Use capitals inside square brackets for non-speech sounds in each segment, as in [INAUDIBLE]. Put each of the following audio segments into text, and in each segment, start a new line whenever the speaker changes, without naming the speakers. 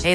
Hey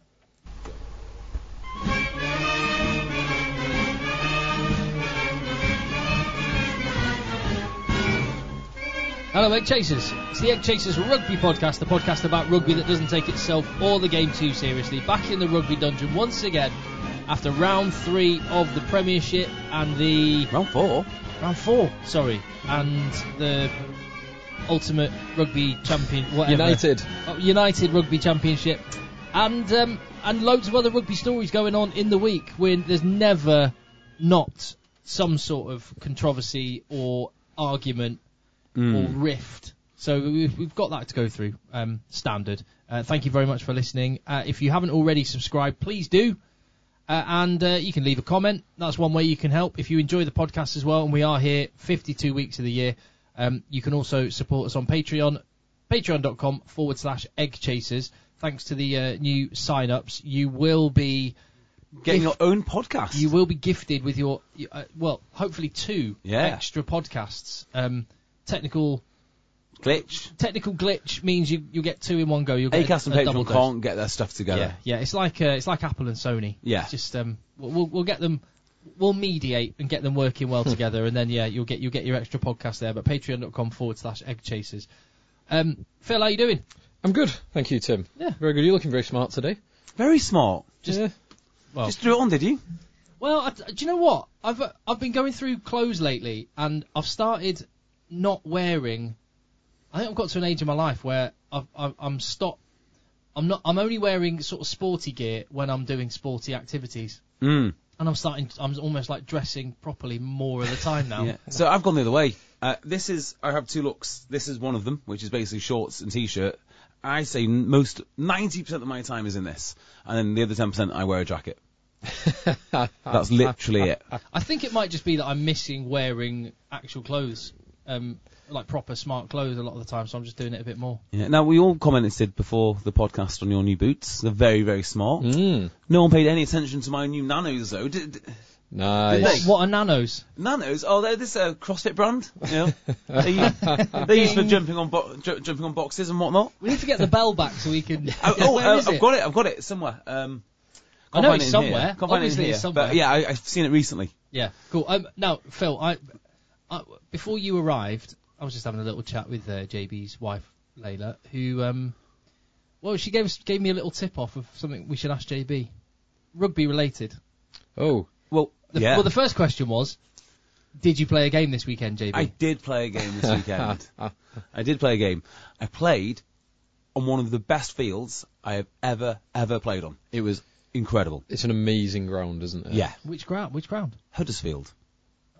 Hello, Egg Chasers. It's the Egg Chasers Rugby Podcast, the podcast about rugby that doesn't take itself or the game too seriously. Back in the rugby dungeon once again after round three of the Premiership and the.
Round four.
Round four? Sorry. And the Ultimate Rugby Champion. Whatever.
United.
Oh, United Rugby Championship. And, um, and loads of other rugby stories going on in the week when there's never not some sort of controversy or argument or rift. So we've, we've got that to go through, um, standard. Uh, thank you very much for listening. Uh, if you haven't already subscribed, please do. Uh, and uh, you can leave a comment. That's one way you can help. If you enjoy the podcast as well, and we are here 52 weeks of the year, um, you can also support us on Patreon, patreon.com forward slash egg chasers. Thanks to the uh, new sign ups, you will be
Getting
If-
your own podcast.
you will be gifted with your uh, well, hopefully two
Yeah.
extra podcasts. Um, technical
glitch.
technical glitch means you you get two in one go. You'll get
Acast and
a, a double
Patreon
dose.
can't get their stuff
Yeah,
together.
yeah. It's like uh, it's like Apple and Sony.
Yeah.
It's just um, we'll- we'll we'll get them, we'll mediate and get them working
[LAUGHS]
well together, and then yeah, you'll get you'll get your extra podcast there. But Patreon.com forward slash Egg Chasers. Um, Phil, how you doing?
I'm good, thank you, Tim.
Yeah.
Very good. You're looking very smart today.
Very smart.
Just
Oh.
Just threw it on, did you?
Well, I, do you know what? I've uh, I've been going through clothes lately, and I've started not wearing. I think I've got to an age in my life where I've, I've I'm stop. I'm not. I'm only wearing sort of sporty gear when I'm doing sporty activities.
Mm.
And I'm starting. I'm almost like dressing properly more of the time
[LAUGHS]
now.
Yeah. So I've gone the other way. Uh, this is I have two looks. This is one of them, which is basically shorts and t-shirt. I say n- most 90% of my time is in this, and then the other 10% I wear a [LAUGHS] jacket. That's literally [LAUGHS] it.
I think it might just be that I'm missing wearing actual clothes, um, like proper smart clothes a lot of the time. So I'm just doing it a bit more.
Yeah. Now we all commented before the podcast on your new boots. They're very very smart.
Mm.
No one paid any attention to my new nanos though. Did, did-
nice.
What are nanos?
Nanos? Oh, they're this uh, CrossFit brand. You
[LAUGHS]
know, they, they used for jumping on bo- ju- jumping on boxes and whatnot.
We need to get the bell back so we can.
[LAUGHS] Oh, oh,
[LAUGHS] Where
uh,
is
I've got it. I've got it somewhere. Um,
I
can't
know
find
it's
it in here.
somewhere.
Can't find it in
Obviously it's
here.
somewhere.
But yeah, I, I've seen it recently.
Yeah, cool. Um, now, Phil, I, I before you arrived, I was just having a little chat with uh, JB's wife, Layla, who, um, well, she gave us, gave me a little tip off of something we should ask JB, rugby related.
Oh,
Well,
The,
yeah,
Well, the first question was, did you play a game this weekend, JB?
I did play a game this
[LAUGHS]
weekend. I did play a game. I played on one of the best fields I have ever ever played on. It was incredible.
it's an amazing ground, isn't it?
Yeah,
Which ground? Which ground?
Huddersfield.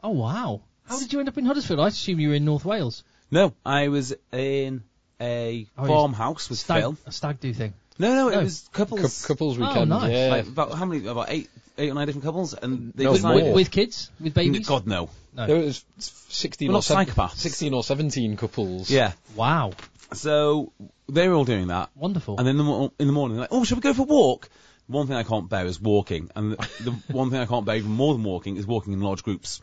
Oh wow! How did you end up in Huddersfield? I assume you were in North Wales.
No, I was in a
Oh, you-
farmhouse with
stag,
Phil.
A stag do thing.
No, no, it
No.
was couples.
Cou- couples
Oh,
weekend.
nice.
Yeah.
Like, about how many? About eight, eight or nine different couples, and they
No,
With,
decided.
more.
with kids, with babies.
God no.
There was 16
We're
or
not
seven-
psychopaths.
16 or 17 couples.
Yeah.
Wow,
So they were all doing that,
wonderful.
and then the mo- in the morning, they're like, oh, should we go for a walk? One thing I can't bear is walking, and the, the one thing I can't bear even more than walking is walking in large groups.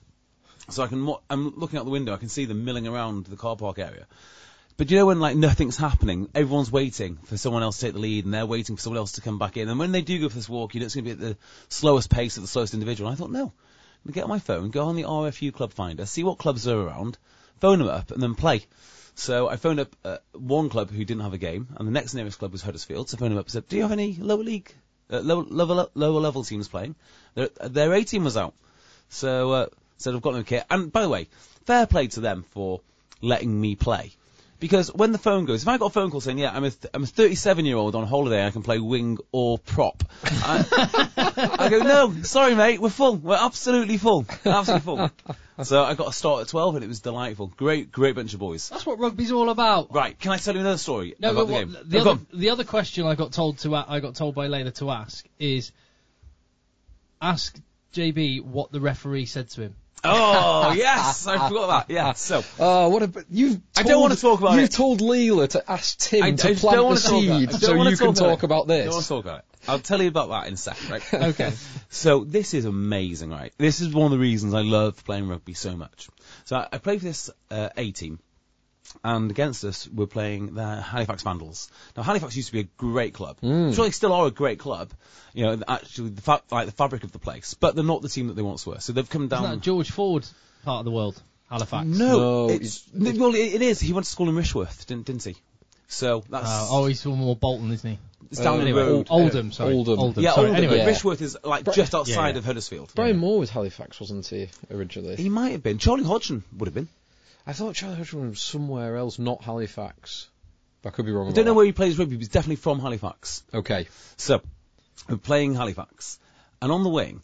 So I can, wa- I'm looking out the window, I can see them milling around the car park area. But you know when like nothing's happening, everyone's waiting for someone else to take the lead, and they're waiting for someone else to come back in. And when they do go for this walk, you know it's going to be at the slowest pace of the slowest individual. And I thought, no, I'm going to get on my phone, go on the RFU club finder, see what clubs are around, phone them up, and then play. So I phoned up uh, one club who didn't have a game, and the next nearest club was Huddersfield. So I phoned them up and said, "Do you have any lower league uh, lower, lower, lower level teams playing. Their, their A team was out, so uh, so they've got no kit. And by the way, fair play to them for letting me play. Because when the phone goes, if I got a phone call saying, "Yeah, I'm a th- I'm a 37 year old on holiday, I can play wing or prop," I, [LAUGHS] I go, "No, sorry, mate, we're full. We're absolutely full, absolutely full." so I got a start at 12, and it was delightful. Great, great bunch of boys.
That's what rugby's all about.
Right, can I tell you another story
No,
about
but
the
what,
game?
the,
Oh, go
other,
on.
the other question I got told to a- I got told by Layla to ask is ask JB what the referee said to him.
Oh yes, I forgot that. Yeah, so
Oh, what about you?
I don't wanna talk about
you
it.
told Leela to ask Tim
I, I
to
just
plant
don't
the
want to talk about
seed
it. I don't
so
wanna
you can talk about
it. I don't want to
this.
talk about it. I'll tell you about that in a second.
[LAUGHS]
Right?
Okay.
So this is amazing, right? This is one of the reasons I love playing rugby so much. So I, I play for this uh, A team, and against us we're playing the Halifax Vandals. Now Halifax used to be a great club.
Hmm.
Sure, they still are a great club. You know, actually, the fa- like the fabric of the place, but they're not the team that they once were. So they've come
Isn't
down.
that George Ford part of the world, Halifax?
Um. No,
No,
it's, well, it, it is. He went to school in Rishworth, didn't, didn't he? So that's
Uh, oh, he's from more Bolton, isn't he?
it's
uh,
down the
Anyway,
road.
Ol- Oldham, sorry.
Um, Oldham.
yeah,
sorry.
Oldham,
Anyway,
but Rishworth is like just outside
yeah.
of Huddersfield.
Brian Moore was Halifax, wasn't he originally?
He might have been. Charlie Hodgson would have been.
I thought Charlie Hutchinson was somewhere else, not Halifax. But I could be wrong.
I don't know where he plays rugby, but he's definitely from Halifax.
Okay.
So, we're playing Halifax, and on the wing,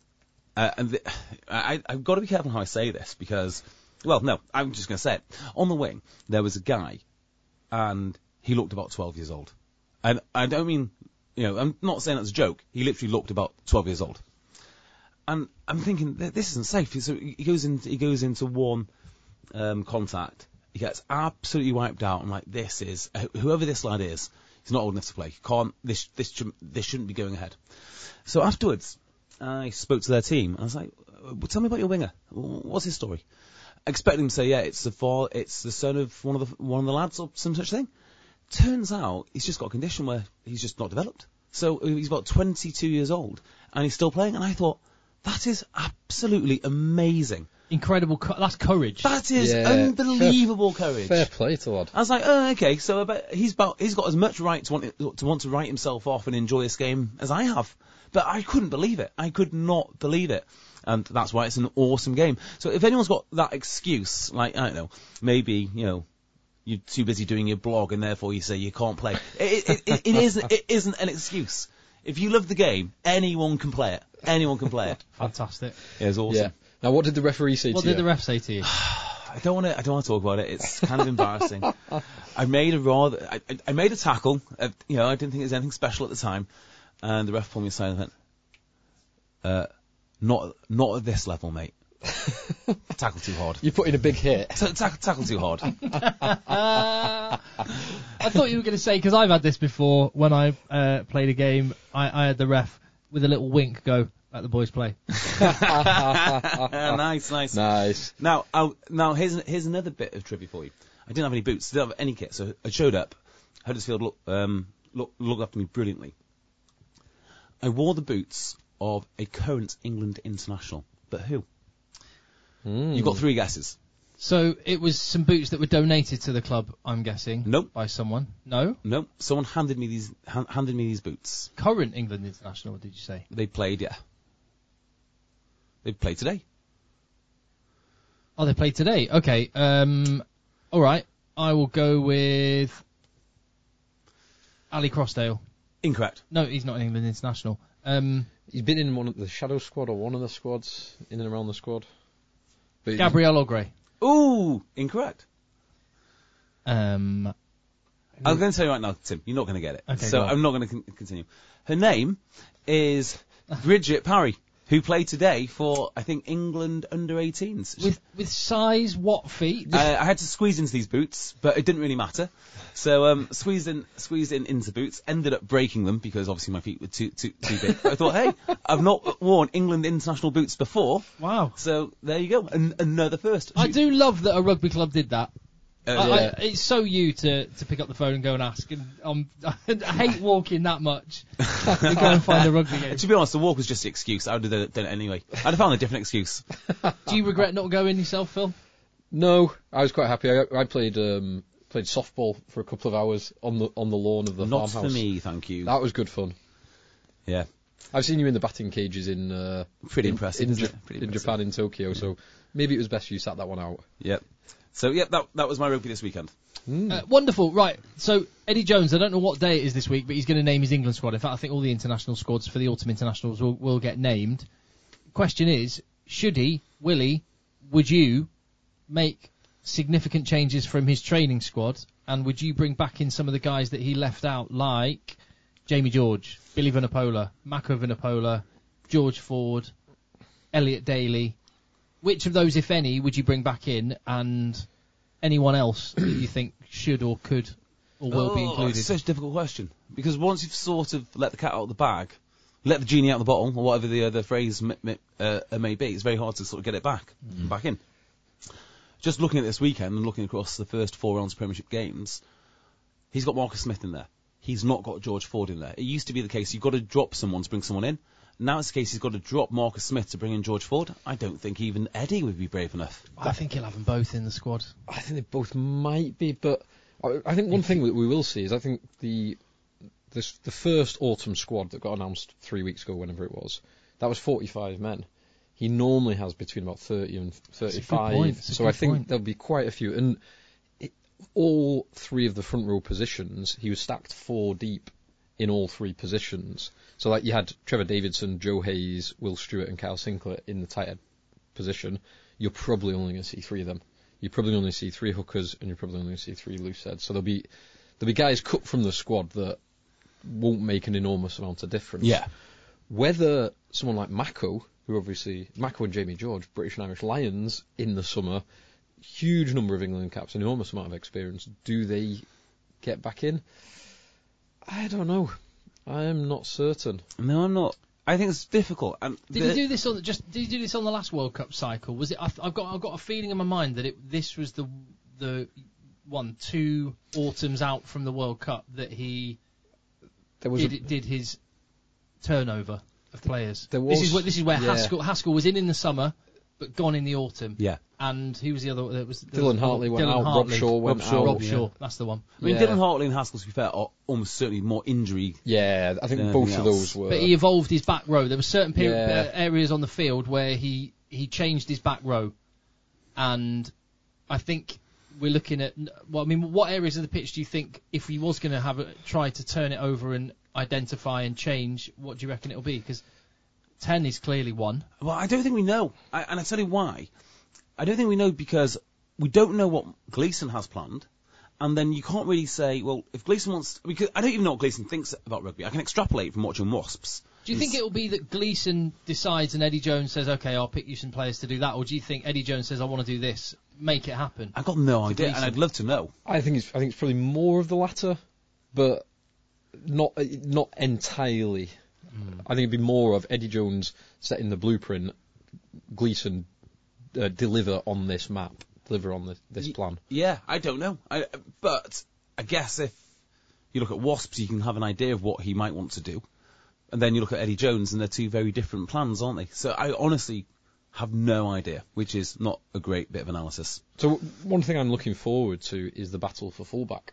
uh, and the, [SIGHS] I, I've got to be careful how I say this because, well, no, I'm just going to say it. On the wing, there was a guy, and he looked about 12 years old, and I don't mean, you know, I'm not saying that's a joke. He literally looked about 12 years old, and I'm thinking "Th- this isn't safe. So he goes into he goes into one um, contact. He gets absolutely wiped out. I'm like, this is wh- whoever this lad is. He's not old enough to play. He can't. This this shouldn't- this shouldn't be going ahead. So afterwards, I spoke to their team. I was like, "Uh, well, tell me about your winger. Wh- What's his story? I expected him to say, yeah, it's the far, it's the son of one of the one of the lads or some such thing. Turns out he's just got a condition where he's just not developed. So uh, he's about 22 years old and he's still playing. And I thought, that is absolutely amazing.
Incredible. Co- that's courage.
That is
Yeah.
unbelievable courage.
Fair play to lad.
I was like, oh, okay. So I bet he's about he's got as much right to want to want to write himself off and enjoy this game as I have. But I couldn't believe it. I could not believe it. And that's why it's an awesome game. So if anyone's got that excuse, like I don't know, maybe you know, you're too busy doing your blog and therefore you say you can't play. It, it, it, it isn't it isn't an excuse. If you love the game, anyone can play it. Anyone can play it.
Fantastic.
It's awesome.
[LAUGHS] Yeah. Now, what did the referee say
What
to
did the
you?
ref say to you?
[SIGHS] I don't want to. I don't want to talk about it. It's kind of embarrassing. I made a rather. I, I- I made a tackle. Uh, you know, I didn't think it was anything special at the time, and the ref pulled me aside and went, uh, "Not, not at this level, mate. tackle too hard.
you put in a big hit.
Ta- tack- tackle too hard.
Uh, I thought you were going to say because I've had this before when I uh, played a game. I, I had the ref with a little wink go, "Let the
[LAUGHS]
boys play."
Uh, nice, nice.
Nice.
Now, I'll, now here's here's another bit of trivia for you. I didn't have any boots. Didn't have any kit. So I showed up. Huddersfield look, um, look, looked after me brilliantly. I wore the boots of a current England international, but who? You've got three guesses.
So it was some boots that were donated to the club. I'm guessing.
Nope.
By someone. No.
No, someone handed me these han- handed me these boots.
Current England international. Did you say?
They played, yeah. They played today.
Oh, they played today. Okay. Um. All right. I will go with Ali Crossdale.
Incorrect.
No, he's not an England international. Um.
He's been in one of the shadow squad or one of the squads, in and around the squad. But
Gabriel Ogre.
Ooh, incorrect.
Um.
I'm going to tell you right now, Tim. You're not going to get it.
Okay,
so
go on.
I'm not going to con- continue. Her name is Bridget Parry, who played today for I think England under 18s. She-
With with size, what feet?
I, I had to squeeze into these boots, but it didn't really matter. So um, squeezed in, squeezed in into boots. Ended up breaking them because obviously my feet were too too too big. But I thought, hey, I've not worn England international boots before.
Wow.
So there you go, An- another first.
I do love that a rugby club did that.
Uh,
I,
yeah.
I, it's so you to, to pick up the phone and go and ask. And um, [LAUGHS] I hate walking that much to go and find a rugby game.
to be honest, the walk was just the excuse. I would have done it anyway. I'd have found a different excuse.
Do you regret not going yourself, Phil?
No, I was quite happy. I, I played um, played softball for a couple of hours on the on the lawn of the
Not
farmhouse.
for me, thank you.
That was good fun.
Yeah.
I've seen you in the batting cages in uh,
Pretty
in-
impressive,
in,
isn't
Ja-
it? Pretty
in
impressive.
Japan in Tokyo. So maybe it was best you sat that one out.
Yep. So yeah, that that was my rugby this weekend.
Uh, wonderful. Right. So Eddie Jones, I don't know what day it is this week, but he's going to name his England squad. In fact, I think all the international squads for the autumn internationals will, will get named. Question is, should he, will he, would you make significant changes from his training squad, and would you bring back in some of the guys that he left out, like Jamie George, Billy Vanapola, Mako Vanapola, George Ford, Elliot Daly? Which of those, if any, would you bring back in, and anyone else that you think should or could or will be
Oh,
included?
It's such a difficult question because once you've sort of let the cat out of the bag, let the genie out of the bottle, or whatever the other phrase m- m- uh, uh, may be, it's very hard to sort of get it back, back in. Just looking at this weekend and looking across the first four rounds of Premiership games, he's got Marcus Smith in there. He's not got George Ford in there. It used to be the case you've got to drop someone to bring someone in. Now it's the case he's got to drop Marcus Smith to bring in George Ford. I don't think even Eddie would be brave enough.
I think he'll have them both in the squad.
I think they both might be, but I, I think one thing that we will see is I think the this, the first autumn squad that got announced three weeks ago, whenever it was, that was 45 men. He normally has between about 30 and
a good
35,
point, it's a
so
good
I think
point.
there'll be quite a few. And it, all three of the front row positions, he was stacked four deep in all three positions. So like you had Trevor Davidson, Joe Hayes, Will Stewart, and Kyle Sinclair in the tight end position. You're probably only going to see three of them. You probably only see three hookers, and you're probably only going to see three loose heads. So there'll be there'll be guys cut from the squad that won't make an enormous amount of difference. Whether someone like Mako, who obviously Mako and Jamie George, British and Irish Lions in the summer, huge number of England caps, enormous amount of experience, do they get back in? I don't know. I am not certain.
No, I'm not. I think it's difficult. And
Did
the-
he do this on the, just? Did he do this on the last World Cup cycle? Was it? I've, I've got I've got a feeling in my mind that it this was the the one two autumns out from the World Cup that he
There was
did,
a,
did his turnover of players.
There
this
was-
is what this is where
yeah.
Haskell Haskell was in in the summer, but gone in the autumn.
Yeah.
And who was the other? There was there
Dylan
was-
Hartley went
Dylan
out, Rob
Hartley.
Shaw went
Rob Shaw,
out.
Rob
yeah.
Shaw. That's the one.
I mean,
Yeah.
Dylan Hartley and Haskell, to be fair, are almost certainly more injury.
Yeah, I think
Anything
both of
else?
those were.
But he evolved his back row. There were certain peri-
Yeah.
uh, areas on the field where he, he changed his back row, and I think we're looking at. Well, I mean, what areas of the pitch do you think if he was going to have a, try to turn it over and identify and change? What do you reckon it'll be? Because ten is clearly one.
Well, I don't think we know, I, and I tell you why. I don't think we know because we don't know what Gleason has planned, and then you can't really say, well, if Gleason wants, because I don't even know what Gleason thinks about rugby. I can extrapolate from watching Wasps.
Do you think it'll be that Gleeson decides and Eddie Jones says, "Okay, I'll pick you some players to do that," or do you think Eddie Jones says, "I want to do this, make it happen"?
I've got no idea, and
Gleeson.
I'd love to know.
I think it's I think it's probably more of the latter, but not uh, not entirely. I think it'd be more of Eddie Jones setting the blueprint, Gleason uh, deliver on this map, deliver on this, this plan.
Yeah, I don't know. I, but I guess if you look at Wasps, you can have an idea of what he might want to do. And then you look at Eddie Jones, and they're two very different plans, aren't they? So I honestly have no idea, which is not a great bit of analysis.
So one thing I'm looking forward to is the battle for fullback,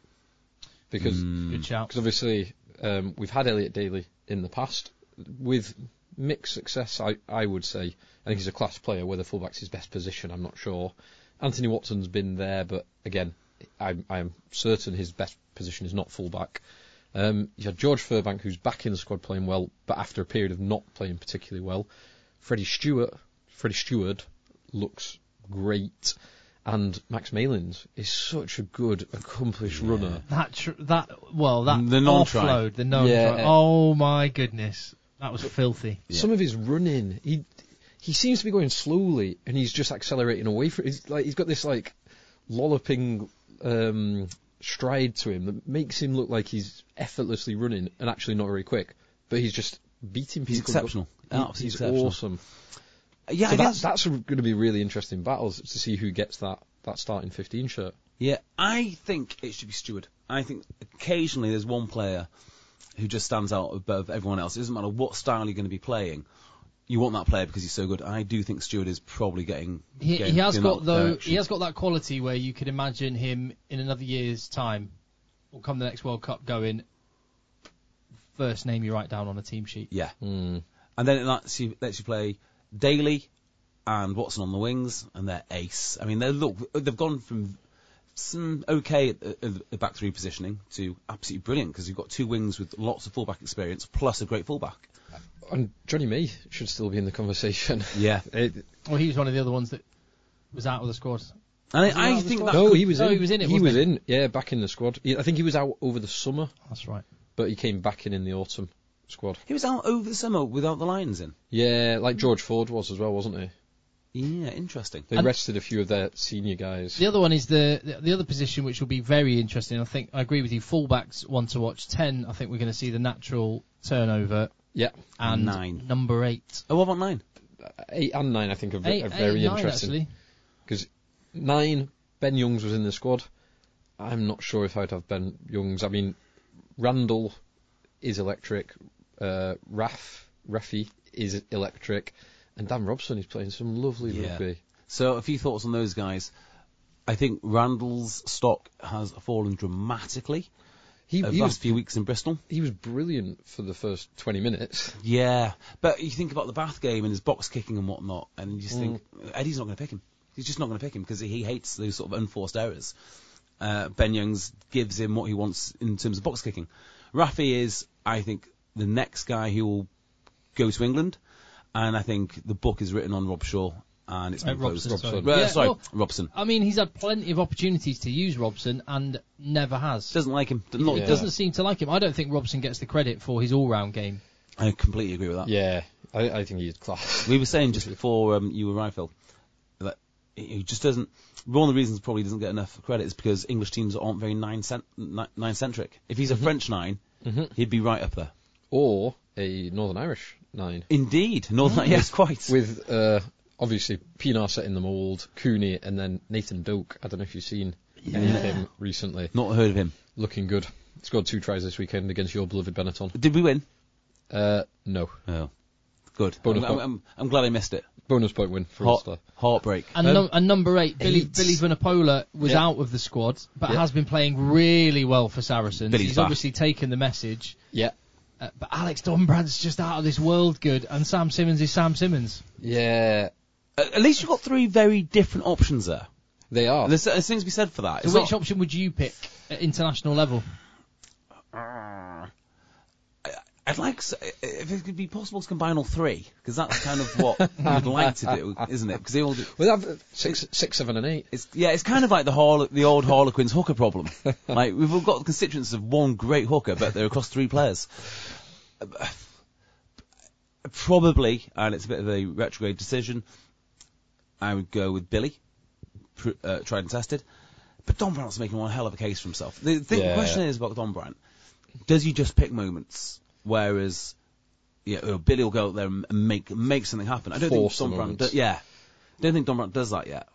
because
Good shout.
because obviously um, we've had Elliot Daly in the past with mixed success. I, I would say I think he's a class player. Whether fullback's his best position, I'm not sure. Anthony Watson's been there, but again, I'm, I'm certain his best position is not fullback. Um, you had George Furbank, who's back in the squad playing well, but after a period of not playing particularly well. Freddie Stewart, Freddie Stewart looks great, and Max Malins is such a good, accomplished runner.
That tr- that well that
The non-try.
offload the non
Yeah.
Oh my goodness, that was filthy.
some of his running, he he seems to be going slowly, and he's just accelerating away from. He's like he's got this like lolloping um, stride to him that makes him look like he's effortlessly running and actually not very quick, but he's just beating people.
He's exceptional.
He-
Absolutely
he's
exceptional.
awesome.
Yeah,
So
I
that,
guess.
that's going to be really interesting battles to see who gets that that starting 15 shirt.
Yeah, I think it should be Stewart. I think occasionally there's one player who just stands out above everyone else. It doesn't matter what style you're going to be playing. You want that player because he's so good. I do think Stewart is probably getting.
He,
getting
he has
in
got
that
though
direction.
he has got that quality where you could imagine him in another year's time, or come the next World Cup, going first name you write down on a team sheet.
Yeah. And then it lets you, lets you play Daly and Watson on the wings, and they're ace. I mean, they look they've gone from some okay at the- at the back three positioning to absolutely brilliant because you've got two wings with lots of fullback experience plus a great fullback.
And Johnny Mee should still be in
[LAUGHS]
the conversation.
Yeah.
It-
Well, he was one of the other ones that was out of the squad.
And
he
I,
not
I
on the
think
squad?
that
no,
could-
Oh, he was
no,
in.
he was in it,
He
wasn't
was
he?
in. Yeah, back in the squad. He- I think he was out over the summer,
That's right.
but he came back in in the autumn squad.
he was out over the summer without the Lions in.
Yeah, like
Hmm.
George Ford was as well, wasn't he?
Yeah, interesting.
They
And-
rested a few of their senior guys.
The other one is the, the the other position which will be very interesting. I think I agree with you. Fullbacks one to watch. Ten, I think we're going to see the natural turnover
Yeah,
and
Nine.
number eight.
Oh, what about nine?
eight and nine I think are, ve-
Eight,
are
eight,
very
nine,
interesting
actually.
because nine Ben Youngs was in the squad. I'm not sure if I'd have Ben Youngs. I mean, Randall is electric. Uh, Raf Rafi is electric, and Dan Robson is playing some lovely
Yeah.
rugby.
So a few thoughts on those guys. I think Randall's stock has fallen dramatically
He,
over
he
the
was
last few weeks in Bristol.
he was brilliant for the first 20 minutes.
Yeah, but you think about the Bath game and his box kicking and whatnot, and you just think Eddie's not going to pick him. He's just not going to pick him because he hates those sort of unforced errors. Uh, ben Youngs gives him what he wants in terms of box kicking. Rafi is, I think, the next guy who will go to England, and I think the book is written on Rob Shaw and it's
Uh,
been closed.
Robson, sorry.
Uh,
Yeah,
sorry,
well,
Robson.
I mean, he's had plenty of opportunities to use Robson and never has.
Doesn't like him. Not,
Yeah.
Doesn't seem to like him. I don't think Robson gets the credit for his all-round game.
I completely agree with that.
Yeah, I, I think he's class.
We were saying just before um, you arrived, Phil, that he just doesn't. One of the reasons probably doesn't get enough credit is because English teams aren't very nine cent, ni- nine centric. If he's a French 9 he he'd be right up there.
Or a Northern Irish nine
Indeed, Northern. Yes, quite.
with uh, obviously Pinar setting the mould, Cooney, and then Nathan Doak. I don't know if you've seen any of him recently.
Not heard of him.
Looking good. Scored two tries this weekend against your beloved Benetton.
Did we win?
Uh, no,
Oh, good.
Bonus
I'm, I'm,
point.
I'm- I'm glad I missed it.
bonus point win for
Heart-
Ulster.
heartbreak.
And,
Um,
num- and number eight, Billy
eight.
Billy Vanapola was
Yeah.
out of the squad, but
Yeah.
has been playing really well for Saracens.
Billy's
He's
back.
obviously taken the message.
Yeah,
Uh, but Alex Dunbrad's just out of this world good, and Sam Simmons is Sam Simmons.
yeah,
At at least you've got three very different options there.
they are.
There's, there's things to be said for that.
So
It's
which
not-
option would you pick at international level?
Mm. I'd like s- if it could be possible to combine all three because that's kind of what we'd like to do, isn't it? Because they all do.
Well, they have six, six, seven, and eight.
It's yeah, it's kind of like the Harle- the old Harlequins hooker
[LAUGHS]
problem. like we've all got the constituents of one great hooker, but they're across three players. Probably, and it's a bit of a retrograde decision. I would go with Billy, pr- uh, tried and tested. But Don Brandt's making one hell of a case for himself. The, thing,
Yeah.
the question is about Don Brandt: Does he just pick moments? Whereas, yeah, uh, Billy will go out there and make make something happen. I don't
Force the
think Don Brandt.
moments.
Does, yeah, don't think Don Brandt does that yet.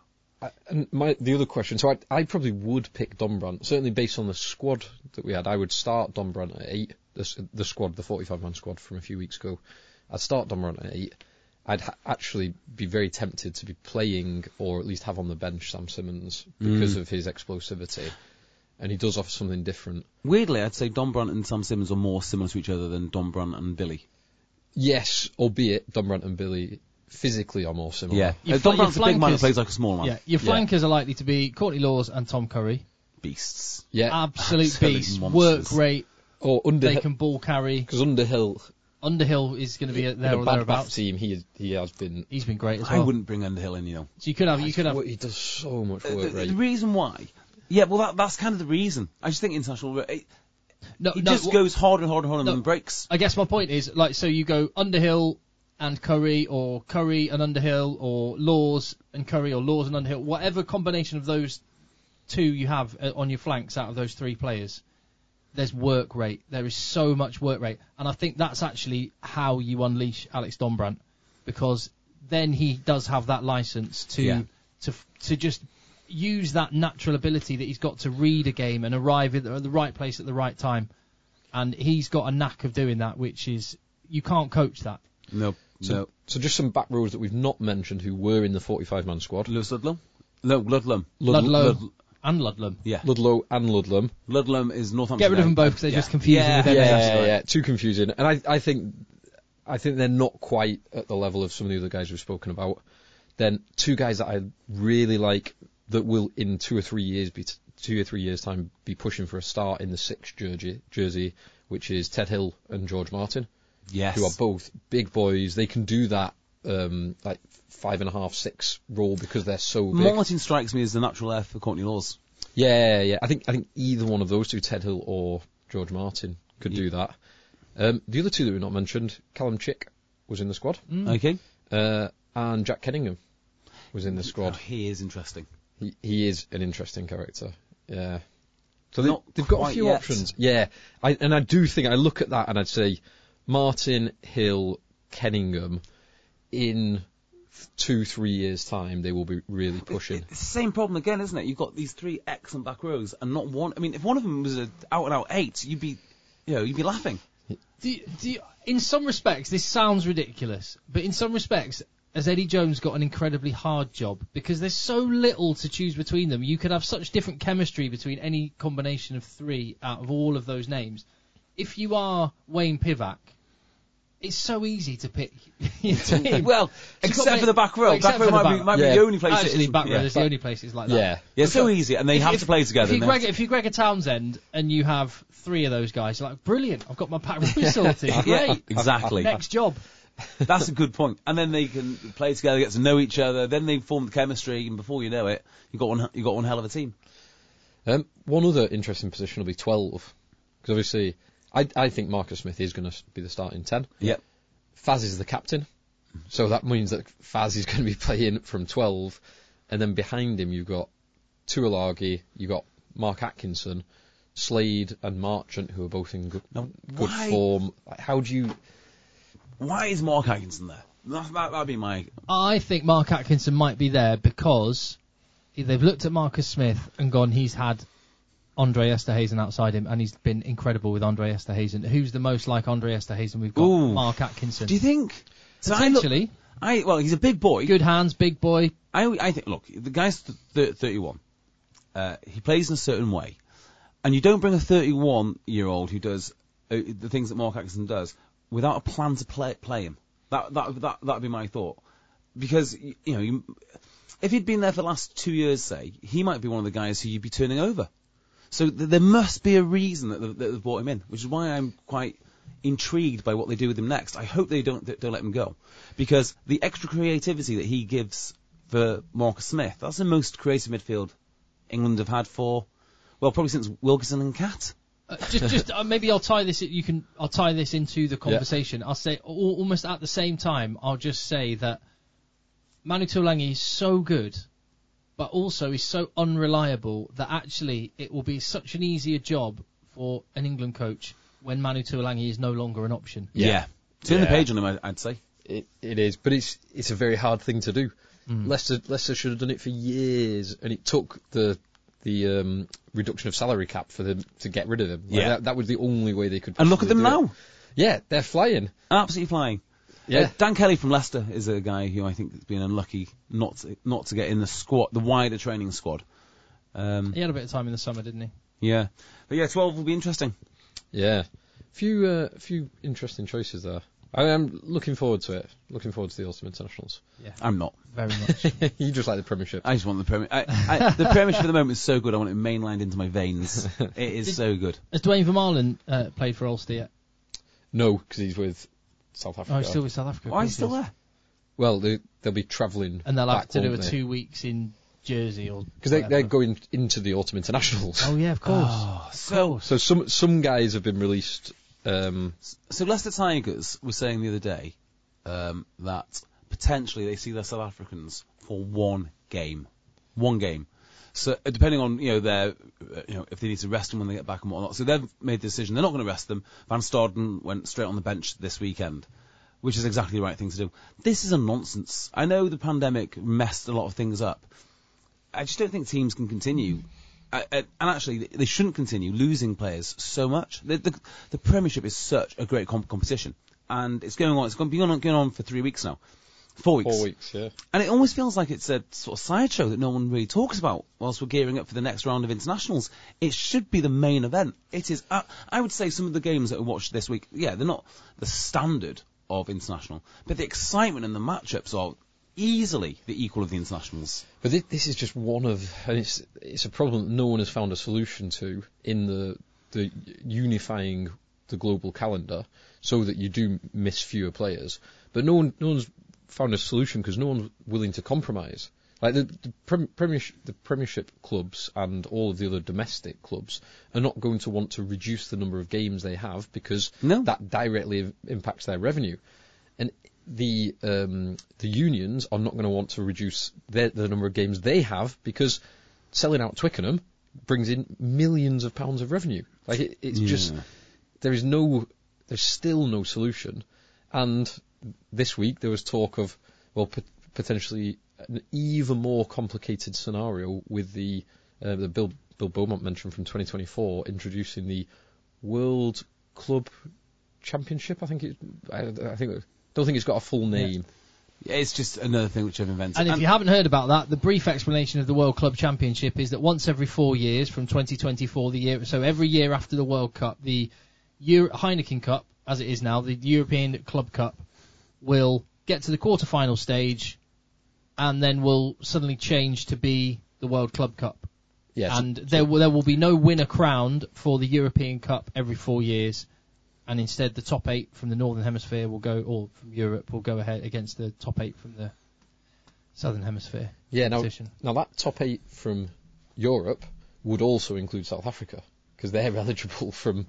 And my the other question, so I, I probably would pick Dombrandt, certainly based on the squad that we had. I would start Dombrandt at eight, the, s- the squad, the 45 man squad from a few weeks ago. I'd start Dombrandt at eight. I'd ha- actually be very tempted to be playing or at least have on the bench Sam Simmons because of his explosivity. And he does offer something different.
Weirdly, I'd say Don Brandt and Sam Simmons are more similar to each other than Don Brandt and Billy.
Yes, albeit Dombrandt and Billy physically are more similar.
Yeah.
Your
Uh,
fl- your
Don Brandt's a big man that
flankers-
plays like a small man.
Yeah, your flankers are likely to be Courtney Laws and Tom Curry.
Beasts.
Yeah.
Absolute,
absolute
beasts,
monsters.
work rate,
or
they
Underhill,
can ball carry.
because Underhill,
Underhill is going to be there
in a
or
bad Bath
thereabouts.
team, he, he has been
He's been great as
I
well.
wouldn't bring Underhill in, you know.
So you could have you could have
Well, he does so much work
Uh, the,
rate.
the reason why. Yeah, well, that, that's kind of the reason. I just think international. It,
no,
it
Uh, no,
just
wh-
goes harder and harder and harder
No.
and then breaks.
I guess my point is like so you go Underhill and Curry or Curry and Underhill or Laws and Curry or Laws and Underhill, whatever combination of those two you have uh, on your flanks out of those three players. There's work rate. There is so much work rate, and I think that's actually how you unleash Alex Donbrant, because then he does have that license to
Yeah.
to f- to just use that natural ability that he's got to read a game and arrive at the, at the right place at the right time and he's got a knack of doing that, which is you can't coach that.
No,
So, so just some back rows that we've not mentioned who were in the 45 man squad.
Lewis Ludlam. No, Ludlam.
Ludlow.
Lud-
and Ludlam.
Yeah.
Ludlow and Ludlam.
Ludlam is Northampton.
Get rid of them both because they're
Yeah.
just confusing
Yeah.
with their
yeah,
names.
yeah, yeah, too confusing. And I, I think, I think they're not quite at the level of some of the other guys we've spoken about. Then two guys that I really like that will in two or three years be t- two or three years time be pushing for a start in the sixth jersey, jersey, which is Ted Hill and George Martin,
Yes.
who are both big boys. They can do that um, like five and a half, six role because they're so big.
Martin strikes me as the natural heir for Courtney Laws.
Yeah, yeah. I think I think either one of those two, Ted Hill or George Martin, could do that. Um, the other two that were not mentioned, Callum Chick was in the squad,
Hmm.
Okay.
uh, and Jack Kenningham was in the
Oh,
squad.
he is interesting.
He, he is an interesting character. Yeah. So they,
Not
they've got a
quite
few
yet.
options. Yeah. I, and I do think I look at that and I'd say Martin, Hill, Kenningham, in th- two, three years' time, they will be really pushing.
It's the same problem again, isn't it? You've got these three excellent back rows, and not one. I mean, if one of them was an out and out eight, you'd be, you know, you'd be laughing.
Do you, do you, in some respects, this sounds ridiculous, but in some respects, has Eddie Jones got an incredibly hard job because there's so little to choose between them. You could have such different chemistry between any combination of three out of all of those names. If you are Wayne Pivac, it's so easy to pick [LAUGHS]
[LAUGHS]
your team.
Well,
You've got
except
ma-
for the back row.
except
back row
for the
might,
back
be,
row.
might
Yeah.
be the only place. it
Actually,
is-
back row
yeah.
is the only place it's like that.
Yeah.
[LAUGHS] Yeah, it's so easy, and they
If-
have
if-
to play together.
If
and
you,
they
Greg,
have
if you Gregor Townsend and you have three of those guys, you're like, brilliant, I've got my back
[LAUGHS]
row [LAUGHS] sorted.
to- yeah,
Great.
exactly.
Next job.
[LAUGHS] That's a good point. And then they can play together, get to know each other. Then they form the chemistry, and before you know it, you got one. You got one hell of a team.
Um, one other interesting position will be 12. Because obviously, I, I think Marcus Smith is going to be the starting 10.
Yep.
Faz is the captain. So that means that Faz is [LAUGHS] going to be playing from 12. And then behind him, you've got Tuolagi, you've got Mark Atkinson, Slade, and Marchant, who are both in good,
Now,
good
why-
form. Like, how do you.
Why is Mark Atkinson there? That, that, that'd be my.
I think Mark Atkinson might be there because they've looked at Marcus Smith and gone, he's had Andre Esterhazen outside him, and he's been incredible with Andre Esterhazen. Who's the most like Andre Esterhazen we've got?
Ooh.
Mark Atkinson.
Do you think? So I look-
Potentially,
I well, he's a big boy.
good hands, big boy.
I, I think, look, the guy's th- thir- 31. Uh, he plays in a certain way. And you don't bring a 31 year old who does uh, the things that Mark Atkinson does without a plan to play, play him. That, that, that, that'd be my thought. Because, y- you know, you, if he'd been there for the last two years, say, he might be one of the guys who you'd be turning over. So th- there must be a reason that, th- that they've brought him in, which is why I'm quite intrigued by what they do with him next. I hope they don't don't let him go, because the extra creativity that he gives for Marcus Smith, that's the most creative midfield England have had for, well, probably since Wilkinson and Cat.
Uh, just, just uh, maybe I'll tie this. You can. I'll tie this into the conversation. I'll say al- almost at the same time. I'll just say that Manu Tulangi is so good, but also is so unreliable that actually it will be such an easier job for an England coach when Manu Tulangi is no longer an option.
Yeah.
turn the
Yeah.
page on him, I- I'd say.
It, it is, but it's it's a very hard thing to do.
Mm.
Leicester Leicester should have done it for years, and it took the the um, reduction of salary cap for them to get rid of them. Like,
Yeah.
that, that was the only way they could.
And look at them
possibly do
now,
it. Yeah, they're flying.
absolutely flying.
Yeah,
Uh, Dan Kelly from Leicester is a guy who I think has been unlucky not to, not to get in the squad, the wider training squad. Um,
He had a bit of time in the summer, didn't he?
yeah, but yeah, twelve will be interesting.
yeah. Few uh, few interesting choices there. I am looking forward to it. Looking forward to the Ulster Internationals. [LAUGHS]
I'm not.
Very much.
you just like the Premiership.
I just want the Premier. I, I, the Premiership at the moment is so good. I want it mainlined into my veins. It is so good.
[LAUGHS] Has Dwayne Vermaelen uh, played for Ulster yet?
no, because he's with South Africa.
Oh, he's still with South Africa. of
Why is
course
he still
he is.
there?
Well, they, they'll be travelling.
And they'll have
back,
to do
won't
a
they?
two weeks in Jersey or.
because they, they're Ah.
whatever.
going into the autumn internationals.
Oh yeah, of course.
So,
[LAUGHS] So some some guys have been released. Um,
so Leicester Tigers were saying the other day um, that potentially they see their South Africans for one game, one game. So uh, depending on you know their, uh, you know if they need to rest them when they get back and whatnot. So they've made the decision they're not going to rest them. Van Staden went straight on the bench this weekend. Which is exactly the right thing to do. This is a nonsense. I know the pandemic messed a lot of things up, I just don't think teams can continue. Uh, uh, and actually, they shouldn't continue losing players so much. The, the, the Premiership is such a great comp- competition, and it's going on. It's going, been on, going on for three weeks now. Four weeks.
Four weeks, yeah.
And it almost feels like it's a sort of sideshow that no one really talks about whilst we're gearing up for the next round of internationals. It should be the main event. It is. Uh, I would say some of the games that I watched this week, yeah, they're not the standard of international, but the excitement and the matchups are easily the equal of the internationals.
But this, this is just one of, and it's it's a problem that no one has found a solution to in the the unifying the global calendar so that you do miss fewer players. But no one no one's found a solution because no one's willing to compromise. Like the the, prem, premier, the Premiership clubs and all of the other domestic clubs are not going to want to reduce the number of games they have because
No.
that directly impacts their revenue. And the um, the unions are not going to want to reduce their, the number of games they have because selling out Twickenham brings in millions of pounds of revenue. Like it, it's just
Yeah.
there is no there's still no solution. And this week there was talk of well pot- potentially an even more complicated scenario with the uh, the Bill Bill Beaumont mentioned from 2024 introducing the World Club Championship. I think it, I, I think it- don't think it's got a full name.
It's just another thing which I've invented.
And if you haven't heard about that, the brief explanation of the World Club Championship is that once every four years, from 2024, the year, so every year after the World Cup, the Euro, Heineken Cup, as it is now, the European Club Cup, will get to the quarterfinal stage, and then will suddenly change to be the World Club Cup.
Yeah, so-
and there will there will be no winner crowned for the European Cup every four years, and instead the top eight from the Northern Hemisphere will go, or from Europe will go ahead against the top eight from the Southern Hemisphere.
Yeah, now,
competition.
now that top eight from Europe would also include South Africa because they're [LAUGHS] eligible from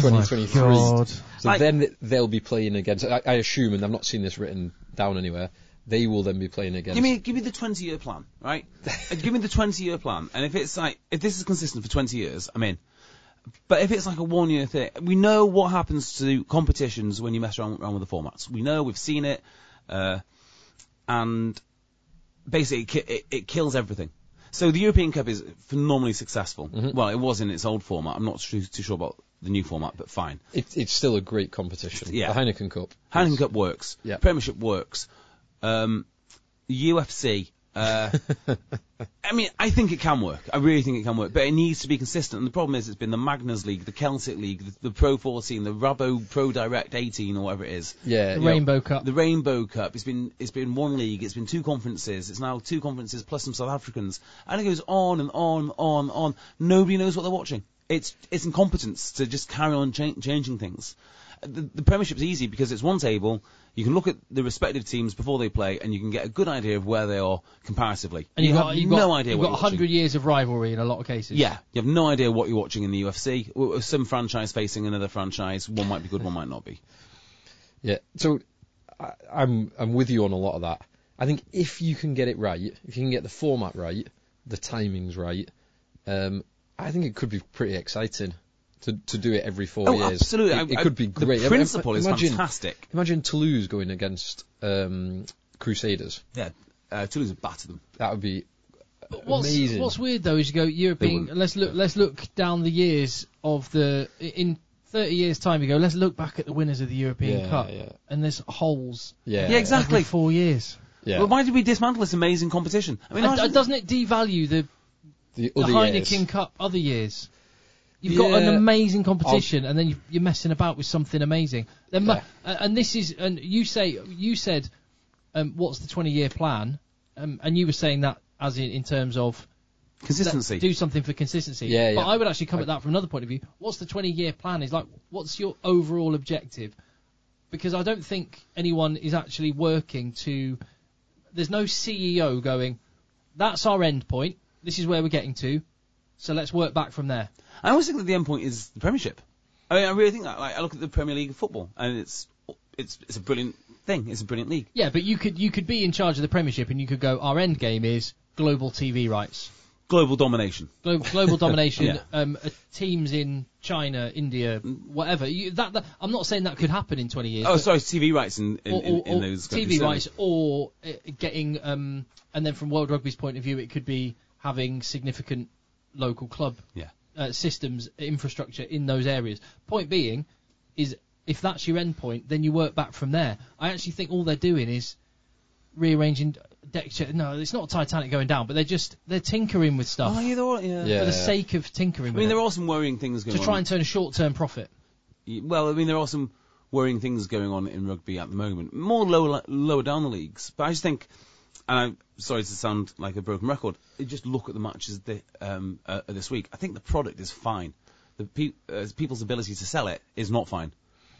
2023. So
Like-
then they'll be playing against. I, I assume, and I've not seen this written down anywhere. They will then be playing against.
Give me, give me the 20 year plan, right?
[LAUGHS]
Uh, give me the 20 year plan. And if it's like, if this is consistent for 20 years, I'm in. But if it's like a one year thing, we know what happens to competitions when you mess around, around with the formats. We know, we've seen it, uh, and basically it, ki- it, it kills everything. So the European Cup is phenomenally successful.
Mm-hmm.
Well, it was in its old format. I'm not too, too sure about the new format, but fine.
It, it's still a great competition.
Yeah.
The Heineken Cup.
Heineken Cup works.
Yeah.
Premiership works. Um, UFC. Uh, I mean, I think it can work. I really think it can work, but it needs to be consistent. And the problem is, it's been the Magnus League, the Celtic League, the, the Pro 14, the Rabo Pro Direct 18, or whatever it is.
Yeah.
The
you know,
Rainbow Cup.
The Rainbow Cup. It's been it's been one league. It's been two conferences. It's now two conferences plus some South Africans, and it goes on and on and on and on. Nobody knows what they're watching. It's it's incompetence to just carry on cha- changing things. The, the Premiership's easy because it's one table. You can look at the respective teams before they play, and you can get a good idea of where they are comparatively.
and you've
you
got,
have
you've
no
got,
idea
You've
what
got
you're
100
watching.
years of rivalry in a lot of cases.
Yeah, you have no idea what you're watching in the UFC. Or- or Some franchise facing another franchise. One might be good, one might not be.
Yeah. So I, I'm I'm with you on a lot of that. I think if you can get it right, if you can get the format right, the timings right, um, I think it could be pretty exciting to to do it every four
Oh,
years.
absolutely.
It,
I-
it
I-
could be
the
great. I mean,
principle is
imagine,
fantastic.
Imagine Toulouse going against um, Crusaders.
Yeah, uh, Toulouse have battered them.
That would be
But what's,
amazing.
what's weird though is you go European.
wouldn't.
Let's look. Let's look down the years of the in 30 years time. You go. Let's look back at the winners of the European
Yeah,
Cup,
yeah.
and there's holes.
yeah.
Yeah, exactly.
Every four years.
Yeah.
But why did we dismantle this amazing competition? I mean,
And,
I
and doesn't it devalue the
the
the
other
Heineken
years.
Cup other years. You've got
Yeah.
an amazing competition, and then you- you're messing about with something amazing. Then ma- a- and this is, and you say you said, um, what's the 20 year plan? Um, and you were saying that as in, in terms of let's
consistency.
do something for consistency.
Yeah,
but
yeah.
I would actually come at that from another point of view. What's the 20 year plan? Is like, what's your overall objective? Because I don't think anyone is actually working to. There's no CEO going, that's our end point. This is where we're getting to. So let's work back from there.
I always think that the end point is the Premiership. I mean, I really think that. Like, I look at the Premier League of football, and it's it's it's a brilliant thing. It's a brilliant league.
Yeah, but you could you could be in charge of the Premiership and you could go, our end game is global TV rights,
Global domination.
Glo- global
[LAUGHS]
domination,
Yeah.
um, uh, teams in China, India, whatever. You, that, that I'm not saying that could happen in 20 years.
Oh,
but-
sorry, TV rights in in,
or,
in,
or-
in
or
those countries,
TV
certainly.
rights, or uh, getting, um, and then from World Rugby's point of view, it could be having significant local club
Yeah.
uh, systems, infrastructure in those areas. Point being, is if that's your end point, then you work back from there. I actually think all they're doing is rearranging decks. No, it's not Titanic going down, but they're just they're tinkering with stuff
Oh, either or, yeah.
Yeah.
for the sake of tinkering.
I mean,
with
there
it,
are some worrying things going
to try
on.
and turn a short-term profit.
Y- Well, I mean, there are some worrying things going on in rugby at the moment, more lower lower down the leagues. But I just think, and I'm sorry to sound like a broken record, you just look at the matches thi- um, uh, this week. I think the product is fine. The pe- uh, people's ability to sell it is not fine,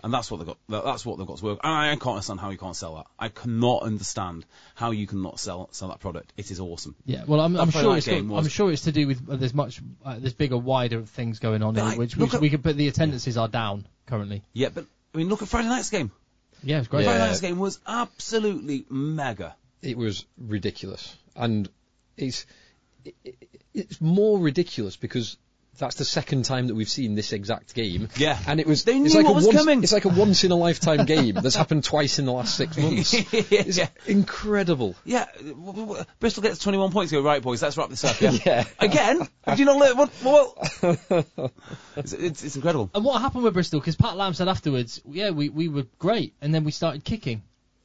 and that's what they got. tha- That's what they've got to work. And I, I can't understand how you can't sell that. I cannot understand how you cannot sell sell that product. It is awesome.
Yeah, well, I'm, I'm
That's why
sure
that
it's
game
got-
was-
I'm sure it's to do with uh, there's much uh, there's bigger, wider things going on, in it,
Right,
which,
look
which
at-
we could put the attendances are down currently.
Yeah, but I mean, look at Friday night's game.
Yeah, it's great.
Yeah.
Friday night's game was absolutely mega.
it was ridiculous, and it's it, it- it's more ridiculous because that's the second time that we've seen this exact game.
Yeah.
and it was
They
it's
knew
like
what
a
was
once,
coming.
It's like a once in a lifetime game that's happened twice in the last six months.
[LAUGHS]
It's
Yeah.
incredible.
Yeah, w- w- w- Bristol gets 21 points. Go right, boys. Let's wrap this up. Yeah.
[LAUGHS] Yeah.
Again? Have you not learned? What? what?
[LAUGHS]
it's, it's, it's incredible.
And what happened with Bristol? Because Pat Lamb said afterwards, yeah, we, we were great, and then we started kicking.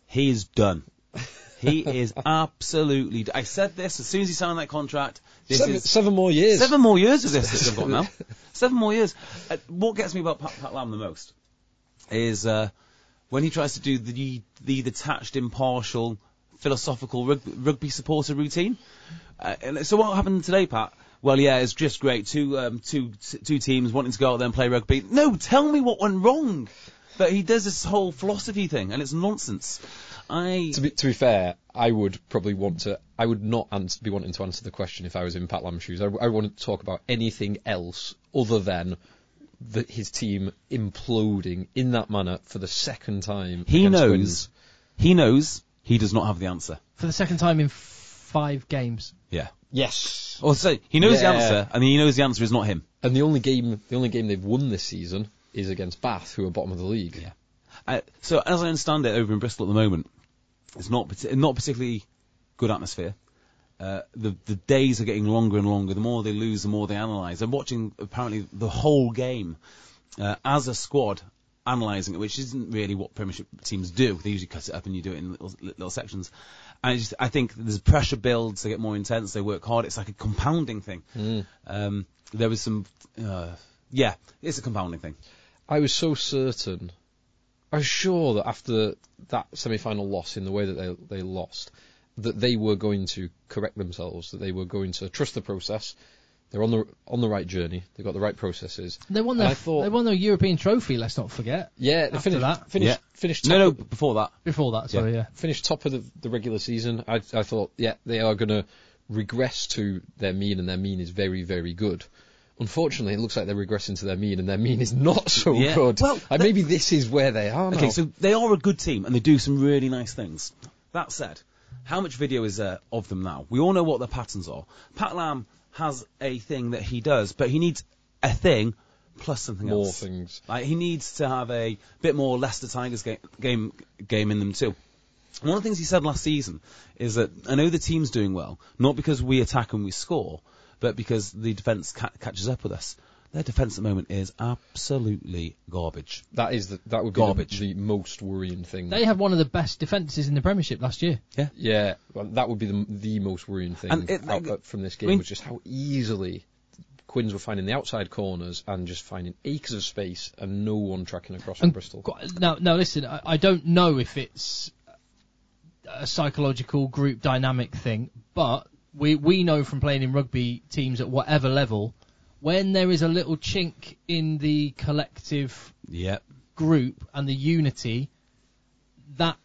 He is done.
[LAUGHS]
He is absolutely. d- I said this as soon as he signed that contract. This
Seven,
is
seven more years.
seven more years of this that I've got
[LAUGHS]
now. Seven more years. Uh, what gets me about Pat, Pat Lam the most is uh, when he tries to do the the detached, impartial, philosophical rugby, rugby supporter routine. Uh, and so what happened today, Pat? Well, yeah, it's just great. Two um, two two teams wanting to go out there and play rugby. No, tell me what went wrong. But he does this whole philosophy thing, and it's nonsense. I
To be, to be fair, I would probably want to. I would not ans be wanting to answer the question if I was in Pat Lam's shoes. I, I want to talk about anything else other than the, his team imploding in that manner for the second time.
he
against
knows
Quins.
he knows he does not have the answer.
For the second time in f- five games.
Yeah.
Yes.
Or say he knows
Yeah.
the answer, and he knows the answer is not him.
And the only game, the only game they've won this season is against Bath, who are bottom of the league.
Yeah. Uh, so as I understand it, over in Bristol at the moment, it's not parti- not particularly good atmosphere. Uh, the the days are getting longer and longer. The more they lose, the more they analyse. I'm watching apparently the whole game uh, as a squad, analysing it, which isn't really what Premiership teams do. They usually cut it up and you do it in little, little sections. And I just I think there's pressure builds. They get more intense. They work hard. It's like a compounding thing.
Hmm.
Um, there was some uh, yeah, it's a compounding thing.
I was so certain. I was sure that after that semi-final loss, in the way that they they lost, that they were going to correct themselves, that they were going to trust the process. They're on the on the right journey. They've got the right processes.
They won
And
their
I thought,
they won their European trophy. Let's not forget.
yeah, they
after
finished
that.
finished
Yeah.
finished top
No, no,
of-
b- before that.
Before that, sorry, yeah.
Yeah.
finished top of the, the regular season. I, I thought, yeah, they are going to regress to their mean, and their mean is very, very good. Unfortunately, it looks like they're regressing to their mean, and their mean is not [LAUGHS] so
Yeah.
good.
Well,
and
the-
maybe this is where they are now.
Okay, so they are a good team and they do some really nice things. That said, how much video is there of them now? We all know what their patterns are. Pat Lam has a thing that he does, but he needs a thing plus something
More
else.
things.
Like he needs to have a bit more Leicester Tigers game game game in them too. One of the things he said last season is that I know the team's doing well, not because we attack and we score, but because the defence ca- catches up with us. Their defence at the moment is absolutely garbage.
that is the, that would be
Garbage.
The, the most worrying thing.
They had one of the best defences in the Premiership last year.
yeah, well, that would be the, the most worrying thing
And it-
out- out from this game
I mean-
was just how easily Quins were finding the outside corners and just finding acres of space and no one tracking across from
And
Bristol.
qu- Now, now listen, I, I don't know if it's a psychological group dynamic thing, but we we know from playing in rugby teams at whatever level, when there is a little chink in the collective
Yep.
group and the unity, that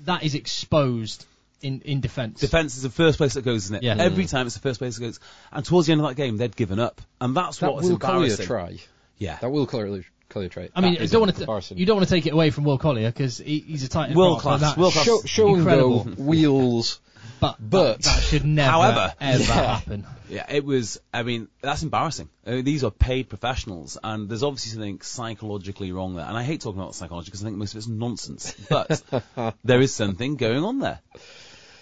that is exposed in in defence.
Defence is the first place that goes, isn't it?
Yeah.
Every time it's the first place that goes. And towards the end of that game, they'd given up. And that's
that
what's
will Collier
embarrassing.
try.
Yeah.
That will Collier, Collier try.
I mean,
That
I
is
don't want to
embarrassing.
you don't want to take it away from Will Collier because he, he's a tight
World class, world class.
show, show and go
Incredible.
[LAUGHS] wheels.
but
But-
that, that should never
However-
ever
Yeah.
happen.
Yeah, it was. I mean, that's embarrassing. I mean, these are paid professionals, and there's obviously something psychologically wrong there. And I hate talking about psychology because I think most of it's nonsense.
[LAUGHS]
But there is something going on there.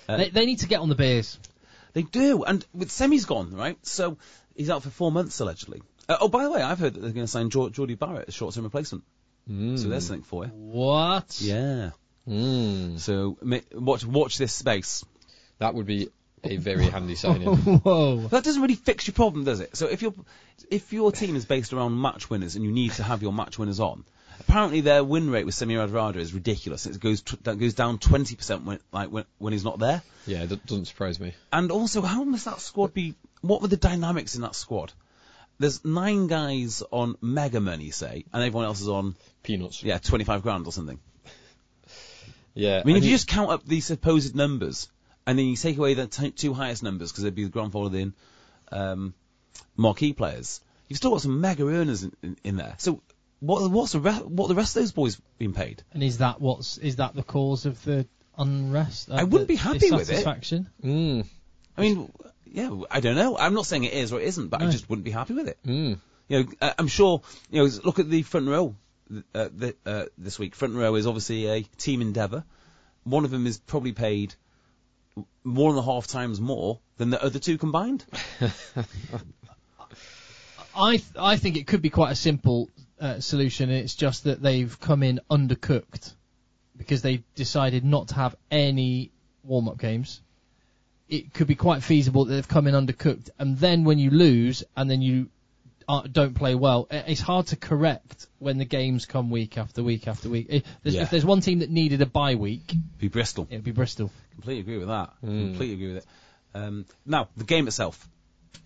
They, they need to get on the beers.
They do. And with Semi's gone, right? So he's out for four months allegedly. Uh, oh, by the way, I've heard that [LAUGHS] they're going to sign Geor- Geordie Barrett as short-term replacement. So there's something for you.
What?
Yeah.
Mm.
So ma- watch watch this space.
That would be a very handy signing.
[LAUGHS]
Whoa.
But that doesn't really fix your problem, does it? So if your if your team is based around match winners and you need to have your match winners on, apparently their win rate with Samir Adrada is ridiculous. It goes t- that goes down 20% when like when, when he's not there.
yeah, that doesn't surprise me.
And also, how must that squad be? What were the dynamics in that squad? There's nine guys on mega money, say, and everyone else is on
Peanuts.
yeah 25 grand or something.
Yeah.
I mean, if
and
you
he-
just count up the supposed numbers and then you take away the t- two highest numbers because they'd be grandfathered in um, marquee players, you've still got some mega earners in, in, in there. So what what's the re- what the rest of those boys being paid?
And is that what's is that the cause of the unrest? Uh,
I wouldn't be
the
happy with it.
dissatisfaction?
Mm,
I mean, yeah, I don't know. I'm not saying it is or it isn't, but I
No.
just wouldn't be happy with it.
mm.
You know, I- I'm sure. You know, look at the front row uh, the, uh, this week. Front row is obviously a team endeavour. One of them is probably paid more than half times more than the other two combined.
I th- I think it could be quite a simple uh, solution. and It's just that they've come in undercooked because they decided not to have any warm up games. It could be quite feasible that they've come in undercooked, and then when you lose and then you are, don't play well, i- it's hard to correct when the games come week after week after week. If there's,
Yeah.
if there's one team that needed a bye week,
Be Bristol.
it'd be Bristol.
Completely agree with that.
Hmm.
Completely agree with it. Um, now, the game itself.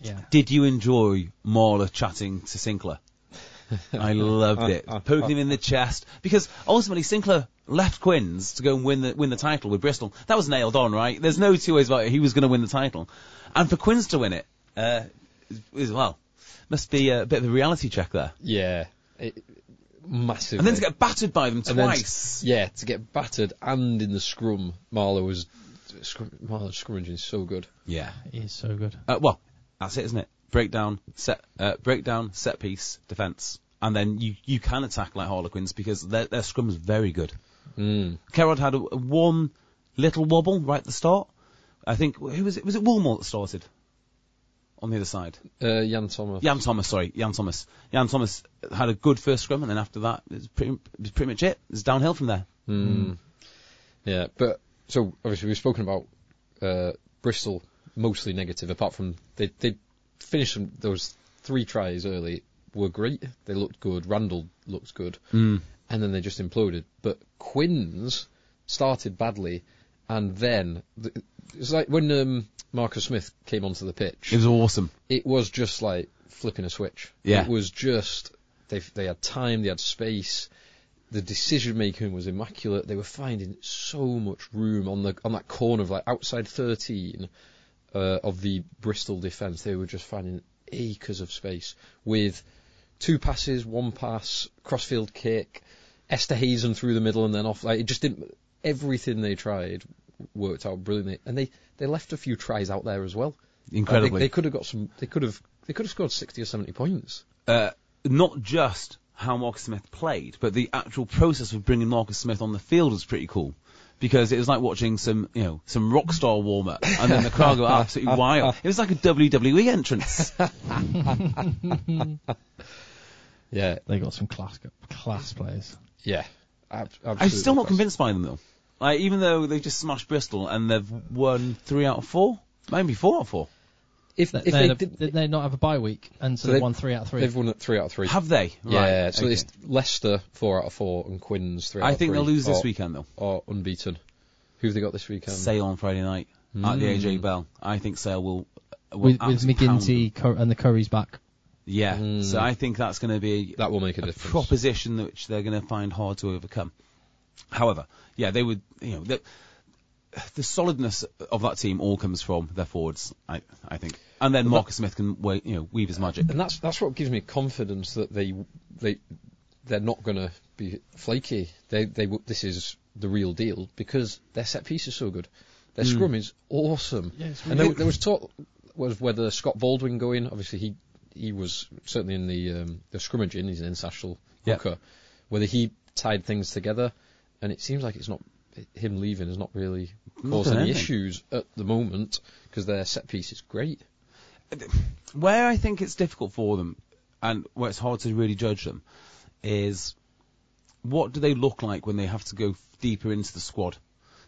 Yeah.
Did you enjoy Marla chatting to
[LAUGHS]
Sinclair? I loved it. Poking him in the chest. Because ultimately, Sinclair left Quinns to go and win the, win the title with Bristol. That was nailed on, right? There's no two ways about it. He was going to win the title. And for Quinns to win it, uh, as well, must be a bit of a reality check there.
Yeah. It, massively.
And then to get battered by them
And then-
twice.
yeah, to get battered and in the scrum, Marlow was scrum, Marlow's scrummaging is so good.
yeah.
It is so good.
Uh, well, that's it, isn't it? Breakdown, set, uh, breakdown, set piece, defence, and then you, you can attack like Harlequins because their their scrum is very good. Mm. Kerrod had a, a one little wobble right at the start. I think who was it? Was it Woolmore that started on the other side?
Uh, Jan Thomas.
Jan Thomas, sorry, Jan Thomas. Jan Thomas had a good first scrum, and then after that, it's pretty, it was pretty much it. It's downhill from there.
Yeah, but so obviously we've spoken about uh, Bristol mostly negative, apart from they they finished some, those three tries early were great. They looked good. Randall looked good, mm. and then they just imploded. But Quinn's started badly, and then th it's like when um, Marcus Smith came onto the pitch
It was awesome.
it was just like flipping a switch.
Yeah.
It was just they they had time, they had space. The decision making was immaculate. They were finding so much room on the on that corner of like outside 13 uh, of the Bristol defence. They were just finding acres of space with two passes, one pass, crossfield kick, Esther Hazen through the middle and then off. Like it just didn't. Everything they tried worked out brilliantly, and they they left a few tries out there as well.
Incredibly.
Like, they, they could have got some. They could have. They could have scored sixty or seventy points.
uh, not just how Marcus Smith played, but the actual process of bringing Marcus Smith on the field was pretty cool. Because it was like watching some, you know, some rock star warm up, and then the crowd go
[LAUGHS]
absolutely wild. It was like a WWE entrance.
Yeah.
They got some class class players.
Yeah. Ab-
I'm still not
absolutely.
convinced by them though. Like even though they just smashed Bristol and they've won three out of four, maybe four out of four.
If,
If
if
they,
they
had a-
did,
did they not have a bye week, and so,
So
they
they-
won three out of three.
they've won at three out of three.
Have they?
yeah.
Right.
So
okay.
it's Leicester four out of four and Quinn's three. out
I
of
think
three,
they'll lose this
or-
weekend though.
Or unbeaten. Who have they got this weekend?
Sale on Friday night at the
Mm.
AJ Bell. I think Sale will. will
with, with
absolutely pound them.
McGinty Cur- and the Curry's back.
Yeah. So I think that's going to be
Mm. That will make a, difference.
proposition that which they're going to find hard to overcome. However, yeah, they would, you know, the, the solidness of that team all comes from their forwards, I, I think. And then Marcus Smith can, wa- you know, weave his magic.
and that's that's what gives me confidence that they they they're not going to be flaky. They they w- this is the real deal because their set piece is so good.
Hmm.
Their scrum is awesome.
Yeah, it's
and
really
there, there was talk was whether Scott Baldwin going. Obviously he he was certainly in the um, the scrummaging. He's an international
Yeah.
hooker. Whether he tied things together, and it seems like it's not him leaving has not really caused
done
any
anything.
issues at the moment because their set piece is great.
Where I think it's difficult for them, and where it's hard to really judge them, is what do they look like when they have to go f- deeper into the squad?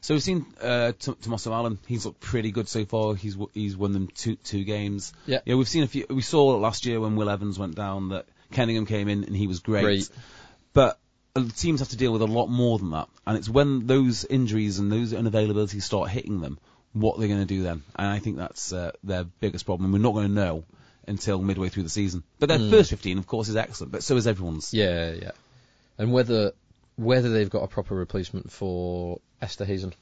So we've seen uh, T- Tommaso Allen. He's looked pretty good so far. He's w- he's won them two two games.
Yeah.
Yeah. We've seen a few. We saw last year when Will Evans went down that Kenningham came in and he was great.
Great.
But uh, teams have to deal with a lot more than that. And it's when those injuries and those unavailabilities start hitting them, what they're going to do then. And I think that's uh, their biggest problem. We're not going to know until midway through the season. But their first 15, of course, is excellent. But so is everyone's.
Hmm. Yeah, yeah. And whether whether they've got a proper replacement for Esther Hazen.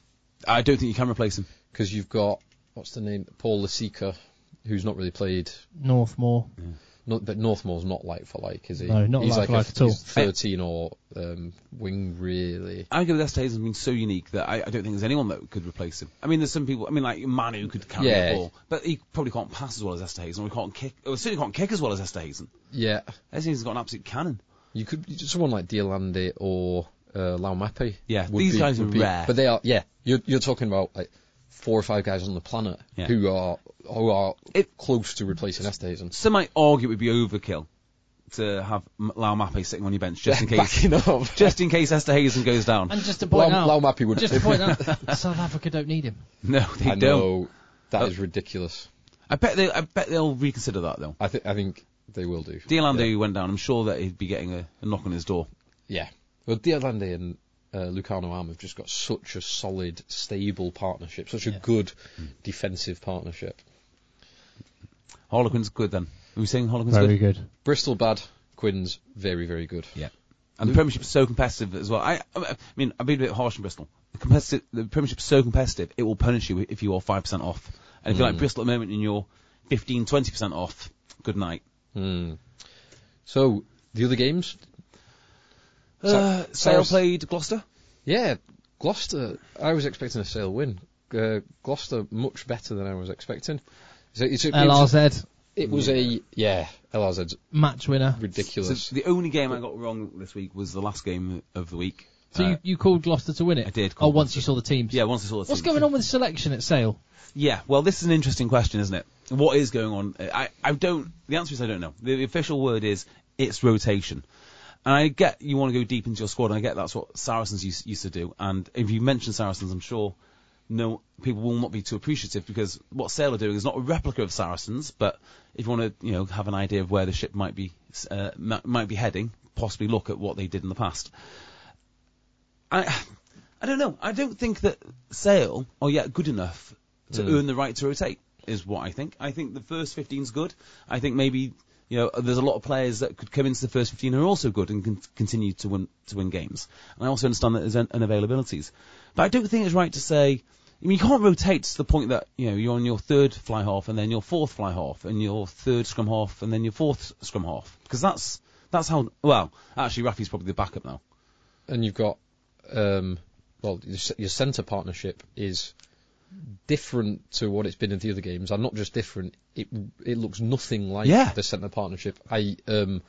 I don't think you can replace him.
Because you've got, what's the name? Paul Lasica, who's not really played.
Northmore.
Not, but Northmore's not like for like, is he?
No, not
he's
like for
a-
like at all.
He's 13 or um, wing, really.
I think Lester Hayes has been so unique that I, I don't think there's anyone that could replace him. I mean, there's some people. I mean, like Manu could carry
Yeah.
the ball, but he probably can't pass as well as Esther Hazen, or he can't kick. Or certainly can't kick as well as Esther Hazen.
Yeah.
Esther Hazen's got an absolute cannon.
You could someone like Diolande or uh, Laumapi.
Yeah,
would
these
be-
guys
would
are
be-
rare.
But they are. Yeah, you're you're talking about like four or five guys on the planet
Yeah.
who are who are
It-
close to replacing Estesen.
Some might argue it would be overkill to have M- Lau Mape sitting on your bench
[LAUGHS]
just in case,
Backing up.
just in case Esther Hazen goes down.
And just to point
Lau-
out,
Laumapi would-
just to point out, [LAUGHS] South Africa don't need him.
no, they
I
don't.
know that
Uh,
is ridiculous.
I bet they. I bet they'll reconsider that though.
I think I think they will do.
D'Alando went down. I'm sure that he'd be getting a, a knock on his door.
Yeah. Well, Diolande and uh, Lucano Arm have just got such a solid, stable partnership, such a good defensive partnership.
Harlequin's good then. Are we saying Harlequin's
Very
good?
good.
Bristol bad, Quinn's very very good.
Yeah. And the Premiership's so competitive as well. I, I mean, I've been a bit harsh on Bristol. The, competitive, the Premiership's so competitive, it will punish you if you are 5% off. And if you're
Mm.
like Bristol at the moment and you're 15, 20% off, good night.
So the other games,
Uh,
Sa-
Sale
Saracens-
played Gloucester.
Yeah, Gloucester. I was expecting a Sale win. Uh, Gloucester much better than I was expecting. So it's a- it was a-
LRZ
It was a yeah. LRZ's
match winner.
So
ridiculous.
the only game I got wrong this week was the last game of the week.
So
Uh,
you, you called Gloucester to win it?
I did
Oh,
call
once
Gloucester.
you saw the teams.
yeah, once I saw the teams.
What's going on with the selection at Sale?
Yeah, well, this is an interesting question, isn't it? What is going on? Uh, I, I don't. The answer is I don't know. The, the official word is it's rotation. And I get you want to go deep into your squad, and I get that's what Saracens used, used to do. And if you mention Saracens, I'm sure no people will not be too appreciative because what Sale are doing is not a replica of Saracens, but if you want to, you know, have an idea of where the ship might be uh, mi- might be heading, possibly look at what they did in the past. I I don't know. I don't think that Sale are yet good enough to earn the right to rotate. Is what I think. I think the first 15's good. I think maybe you know there's a lot of players that could come into the first 15 who are also good and can continue to win to win games. And I also understand that there's un- unavailabilities, but I don't think it's right to say. I mean, you can't rotate to the point that you know you're on your third fly half and then your fourth fly half and your third scrum half and then your fourth scrum half because that's that's how well actually Rafi's probably the backup now.
and you've got um, well, your, s- your centre partnership is different to what it's been in the other games, and not just different. It it looks nothing like
Yeah.
the centre partnership. I um,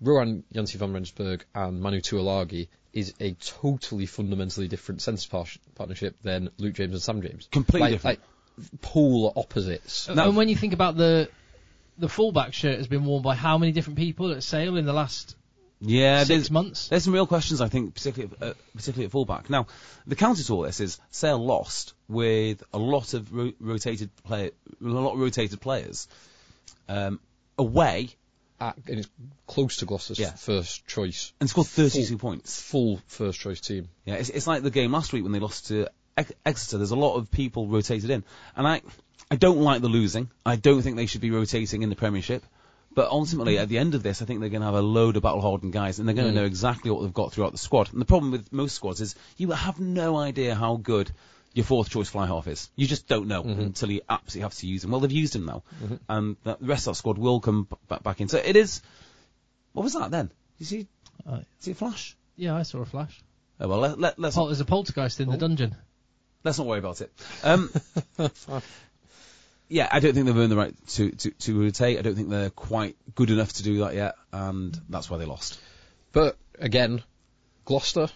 Rohan Jansi van Rensburg and Manu Tuilagi is a totally fundamentally different centre par- partnership than Luke James and Sam James.
Completely
Like-
different.
Like polar opposites.
No.
And when you think about the the fullback shirt has been worn by how many different people at Sale in the last
Yeah,
six
there's,
months?
There's some real questions, I think, particularly uh, particularly at fullback. Now, the counter to all this is Sale lost with a lot of ro- rotated play, a lot of rotated players um, away
At, and it's close to Gloucester's
Yeah.
first choice,
and scored 32 points.
full first choice team.
Yeah, it's, it's like the game last week when they lost to Ex- Exeter. There's a lot of people rotated in, and I I don't like the losing. I don't think they should be rotating in the Premiership. But ultimately, at the end of this, I think they're going to have a load of battle-hardened guys, and they're going to know exactly what they've got throughout the squad. And the problem with most squads is you have no idea how good your fourth-choice fly-half is. You just don't know until you absolutely have to use him. Well, they've used him now, and that, the rest of that squad will come b- back- back in. So it is. What was that then? You see,
Uh,
see a flash?
yeah, I saw a flash.
Oh well, let, let, let's
Pol- There's a poltergeist in
Oh.
the dungeon.
let's not worry about it. Um, yeah, I don't think they've earned the right to, to, to rotate. I don't think they're quite good enough to do that yet, and that's why they lost.
But again, Gloucester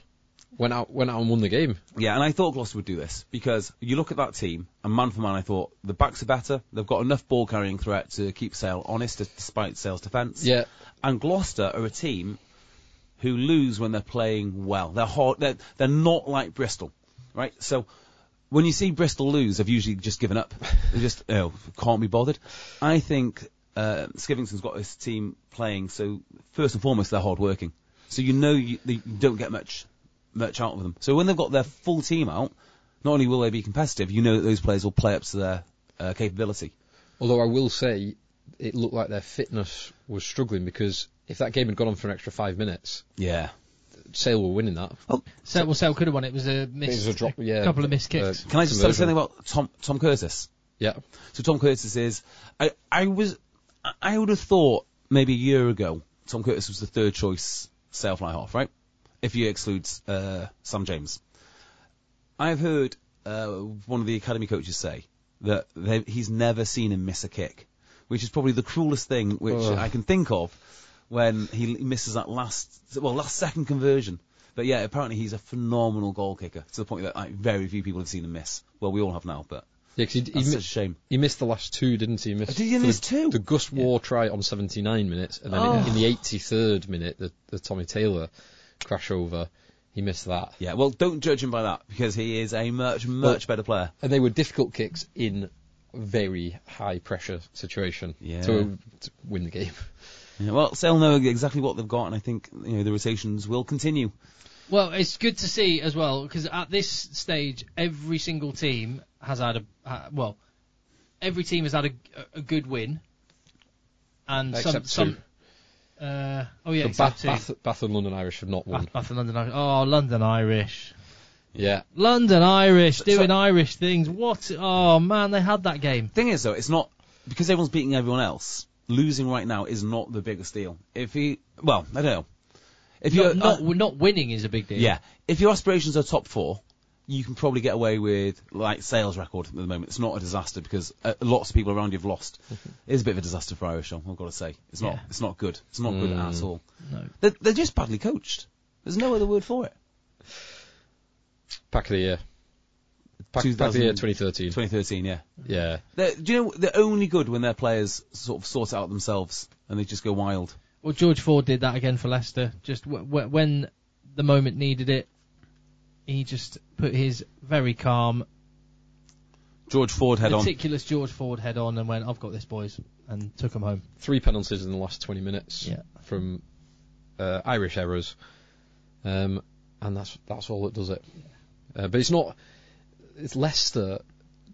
went out went out and won the game.
Yeah, and I thought Gloucester would do this because you look at that team, and man for man, I thought the backs are better. They've got enough ball carrying threat to keep Sale honest despite Sale's defence.
Yeah.
And Gloucester are a team who lose when they're playing well. They're hard. They're, they're not like Bristol, right? So when you see Bristol lose, they've usually just given up. They just oh, can't be bothered. I think uh, Skivington's got his team playing. So first and foremost, they're hard working. So you know you, they don't get much much out of them. So when they've got their full team out, not only will they be competitive, you know that those players will play up to their uh, capability.
Although I will say, it looked like their fitness was struggling because if that game had gone on for an extra five minutes,
Yeah.
Sale were winning that.
Oh.
Sale, well, Sale could have won. It was a miss.
It was a drop- yeah,
couple of missed
uh,
kicks.
Can I just say
Conversion.
something about Tom Tom Curtis?
Yeah,
So Tom Curtis is. I I was I- I would have thought maybe a year ago Tom Curtis was the third choice sale fly half, right? If you exclude uh, Sam James, I've heard uh, one of the academy coaches say that they, he's never seen him miss a kick, which is probably the cruelest thing which
Ugh.
I can think of when he misses that last well last second conversion. But yeah, apparently he's a phenomenal goal kicker to the point that like, very few people have seen him miss. Well, we all have now, but
yeah, 'cause he, he,
that's
mi-
such a shame.
he missed the last two, didn't he? he missed,
Did he miss
the,
two?
The Gus War try on 79 minutes, and then
Oh.
in the 83rd minute, the, the Tommy Taylor crash over, he missed that.
Yeah, well, don't judge him by that because he is a much, much better player.
And they were difficult kicks in very high pressure situation
Yeah.
to, to win the game.
Yeah, well, Sale know exactly what they've got, and I think you know the rotations will continue.
Well, it's good to see as well because at this stage, every single team has had a uh, well, every team has had a, a good win, and
Except
some
two.
some. Uh, oh yeah,
So
except
Bath,
two.
Bath, Bath and London Irish have
[LAUGHS]
not won.
Bath, Bath and London Irish. Oh, London Irish.
Yeah.
London Irish doing Irish things. What? Oh man, they had that game.
Thing is, though, it's not because everyone's beating everyone else. Losing right now is not the biggest deal. If he, well, I don't know. If
Not,
you're
not,
uh,
not winning is a big deal.
yeah, if your aspirations are top four, you can probably get away with like sales record at the moment. It's not a disaster because uh, lots of people around you have lost. it is a bit of a disaster for Irish, I've got to say. It's not.
Yeah.
It's not good. It's not good at all.
No.
They're, they're just badly coached. There's no other word for it.
Pack of the year. Pack, pack of the year
2000
2013.
2013, yeah.
Yeah.
They're, do you know they're only good when their players sort of sort it out themselves and they just go wild.
Well, George Ford did that again for Leicester. Just w- w- when the moment needed it, he just put his very calm,
George Ford head on.
meticulous George Ford head on and went, "I've got this, boys," and took him home.
Three penalties in the last 20 minutes
Yeah.
from uh, Irish errors. Um, and that's that's all that does it. Uh, but it's not. It's Leicester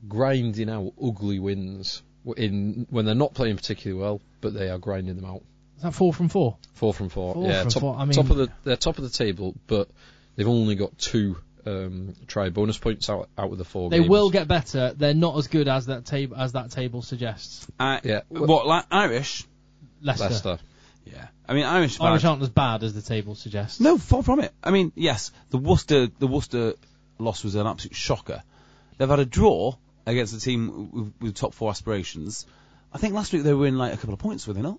grinding out ugly wins w- in when they're not playing particularly well, but they are grinding them out.
Is that four from four?
Four from four.
Four
yeah,
from
top,
four, I mean-
top of the they're top of the table, but they've only got two um, try bonus points out out of the four.
They
games.
will get better. They're not as good as that table as that table suggests.
I-
Yeah.
What, like Irish?
Leicester,
Leicester.
Yeah. I mean, Irish. are
Irish
bad.
aren't as bad as the table suggests.
No, far from it. I mean, yes, the Worcester the Worcester loss was an absolute shocker. They've had a draw against a team with, with top four aspirations. I think last week they were in like a couple of points, were they not?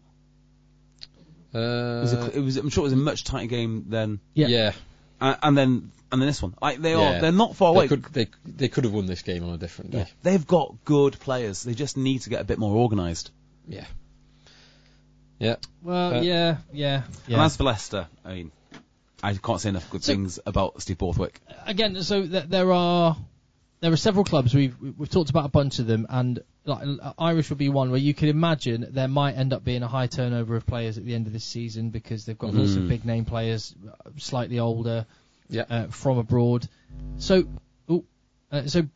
It was,
Uh,
a, it was I'm sure it was a much tighter game than,
Yeah.
yeah.
uh, and then and then this one. Like they
Yeah.
are, they're not far
They
away.
could, they, they could have won this game on a different day.
They've got good players. They just need to get a bit more organised.
Yeah. Yeah.
Well,
Uh,
yeah, yeah,
And
yeah.
as for Leicester, I mean, I can't say enough good
So-
things about Steve Borthwick.
again, so th- there are there are several clubs we've we've talked about a bunch of them, and like uh, Irish would be one where you could imagine there might end up being a high turnover of players at the end of this season because they've got lots of big name players, uh, slightly older,
Yeah.
uh, from abroad. So, ooh, uh, so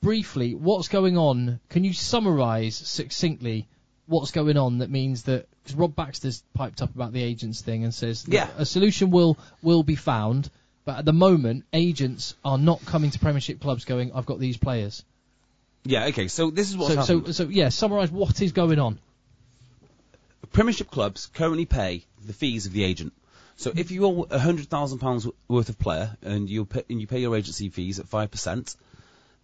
briefly, what's going on? Can you summarise succinctly what's going on? That means that because Rob Baxter's piped up about the agents thing and says that
Yeah.
a solution will will be found, but at the moment agents are not coming to Premiership clubs going, I've got these players.
Yeah, okay, so this is what's
So,
happened.
so so yeah, summarise what is going on.
Premiership clubs currently pay the fees of the agent. So if you owe £100,000 worth of player and you, pay, and you pay your agency fees at 5%,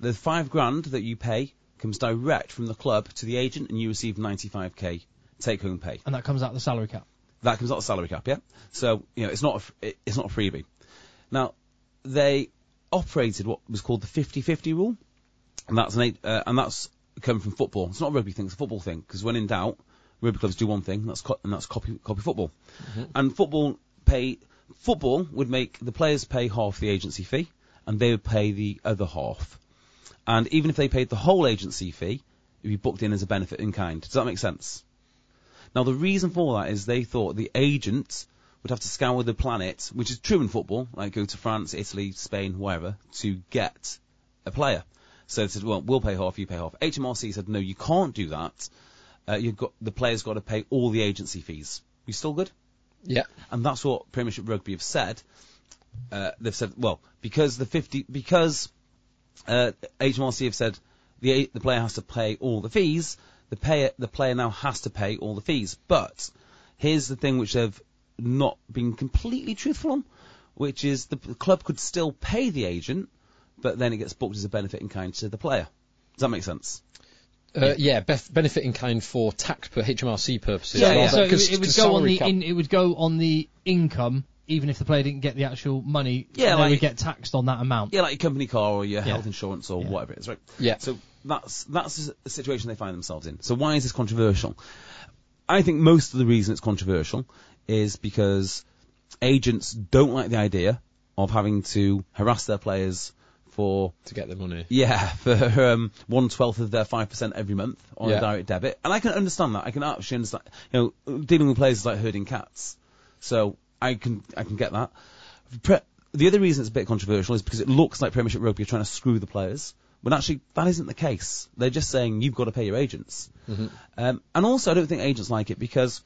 the five grand that you pay comes direct from the club to the agent and you receive 95k take home pay.
And that comes out of the salary cap.
That comes out of salary cap, yeah. So you know it's not a, f- it- it's not a freebie. Now they operated what was called the 50-50 rule, and that's an eight, uh, and that's come from football. It's not a rugby thing; it's a football thing. Because when in doubt, rugby clubs do one thing, and that's co- and that's copy copy football, and football pay Football would make the players pay half the agency fee, and they would pay the other half. And even if they paid the whole agency fee, it would be booked in as a benefit in kind. Does that make sense? Now, the reason for that is they thought the agent would have to scour the planet, which is true in football, like go to France, Italy, Spain, wherever, to get a player. So they said, well, we'll pay half, you pay half. HMRC said, no, you can't do that. Uh, you've got the player's got to pay all the agency fees. You still good?
Yeah.
and that's what Premiership Rugby have said. Uh, they've said, well, because the 50, because uh, HMRC have said the the player has to pay all the fees. The payer, the player now has to pay all the fees. But here's the thing which they've not been completely truthful on, which is the, the club could still pay the agent, but then it gets booked as a benefit in kind to the player. Does that make sense?
Uh, yeah, bef- benefit in kind for tax per HMRC purposes.
Yeah,
Not
yeah.
that-
So it,
'cause
would- it would
the
go on
salary
the
cap-
in, it would go on the income, even if the player didn't get the actual money.
Yeah,
and they
like-
would get taxed on that amount.
Yeah, like your company car or your
Um, Yeah.
health insurance or
Yeah.
whatever it is, right?
Yeah.
So that's that's the situation they find themselves in. So why is this controversial? I think most of the reason it's controversial is because agents don't like the idea of having to harass their players for
to get the money.
yeah, for um, one twelfth of their five percent every month on
Yeah.
a direct debit, and I can understand that. I can actually understand. You know, dealing with players is like herding cats, so I can I can get that. Pre- the other reason it's a bit controversial is because it looks like Premiership Rugby are trying to screw the players, when actually that isn't the case. They're just saying you've got to pay your agents, um, and also I don't think agents like it because,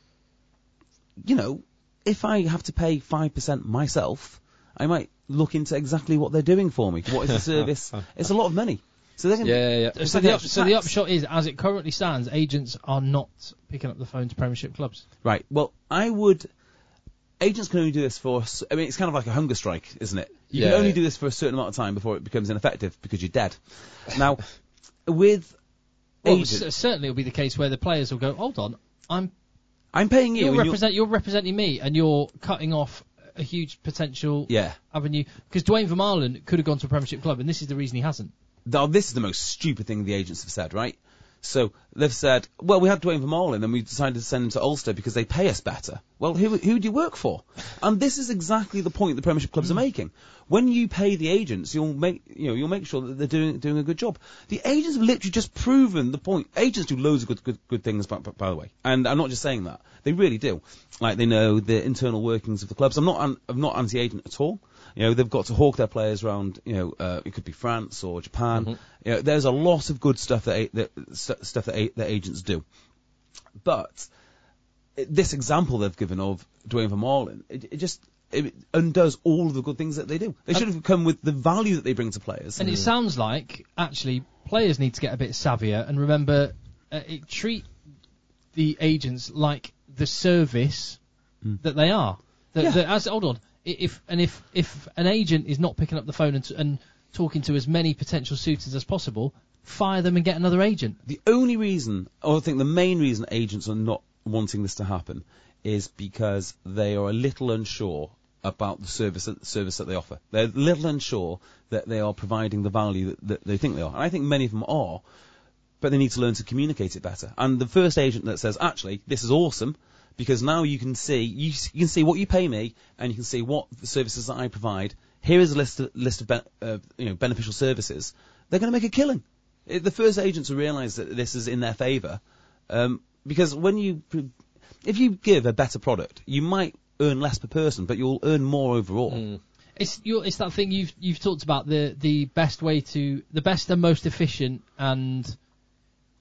you know, if I have to pay five percent myself, I might look into exactly what they're doing for me. What is the
[LAUGHS]
service? it's a lot of money. So they're gonna,
Yeah, yeah, yeah.
it's
So
like
the,
an
up,
extra
so the
tax.
upshot is, as it currently stands, agents are not picking up the phone to Premiership clubs.
Right. Well, I would. Agents can only do this for. s- I mean, it's kind of like a hunger strike, isn't it? You
Yeah,
can only
yeah.
do this for a certain amount of time before it becomes ineffective because you're dead. Now, with
[LAUGHS] Well,
agents,
c- certainly it'll be the case where the players will go, hold on, I'm
I'm paying you.
you're,
and you're-
represent, you're representing me, and you're cutting off a huge potential
Yeah.
avenue. Because Dwayne Vermaelen could have gone to a Premiership club, and this is the reason he hasn't.
Now, this is the most stupid thing the agents have said, right? So they've said, well, we had Dwayne Vermaelen, and we decided to send him to Ulster because they pay us better. Well, who, who do you work for? And this is exactly the point the Premiership clubs are making. When you pay the agents, you'll make you know you'll make sure that they're doing doing a good job. The agents have literally just proven the point. Agents do loads of good good, good things, by, by the way, and I'm not just saying that. They really do. Like they know the internal workings of the clubs. I'm not an- I'm not anti-agent at all. You know, they've got to hawk their players around. You know, uh, it could be France or Japan. You know, there's a lot of good stuff that, a- that st- stuff that, a- that agents do. But it- this example they've given of Dwayne Vermaelen, it, it just it undoes all of the good things that they do. They should have come with the value that they bring to players.
And it sounds like actually players need to get a bit savvier and remember uh, it, treat the agents like the service that they are. That,
Yeah.
that as hold on, i- if and if if an agent is not picking up the phone and, t- and talking to as many potential suitors as possible, fire them and get another agent.
The only reason, or I think the main reason agents are not wanting this to happen is because they are a little unsure about the service that, service that they offer. They're a little unsure that they are providing the value that, that they think they are. And I think many of them are, but they need to learn to communicate it better. And the first agent that says, actually, this is awesome, because now you can see you, s- you can see what you pay me, and you can see what the services that I provide. Here is a list of, list of ben, uh, you know beneficial services. They're going to make a killing. It, the first agents will realise that this is in their favour, um, because when you pr- if you give a better product, you might earn less per person, but you'll earn more overall.
Hmm. It's you it's that thing you've you've talked about the the best way to the best and most efficient and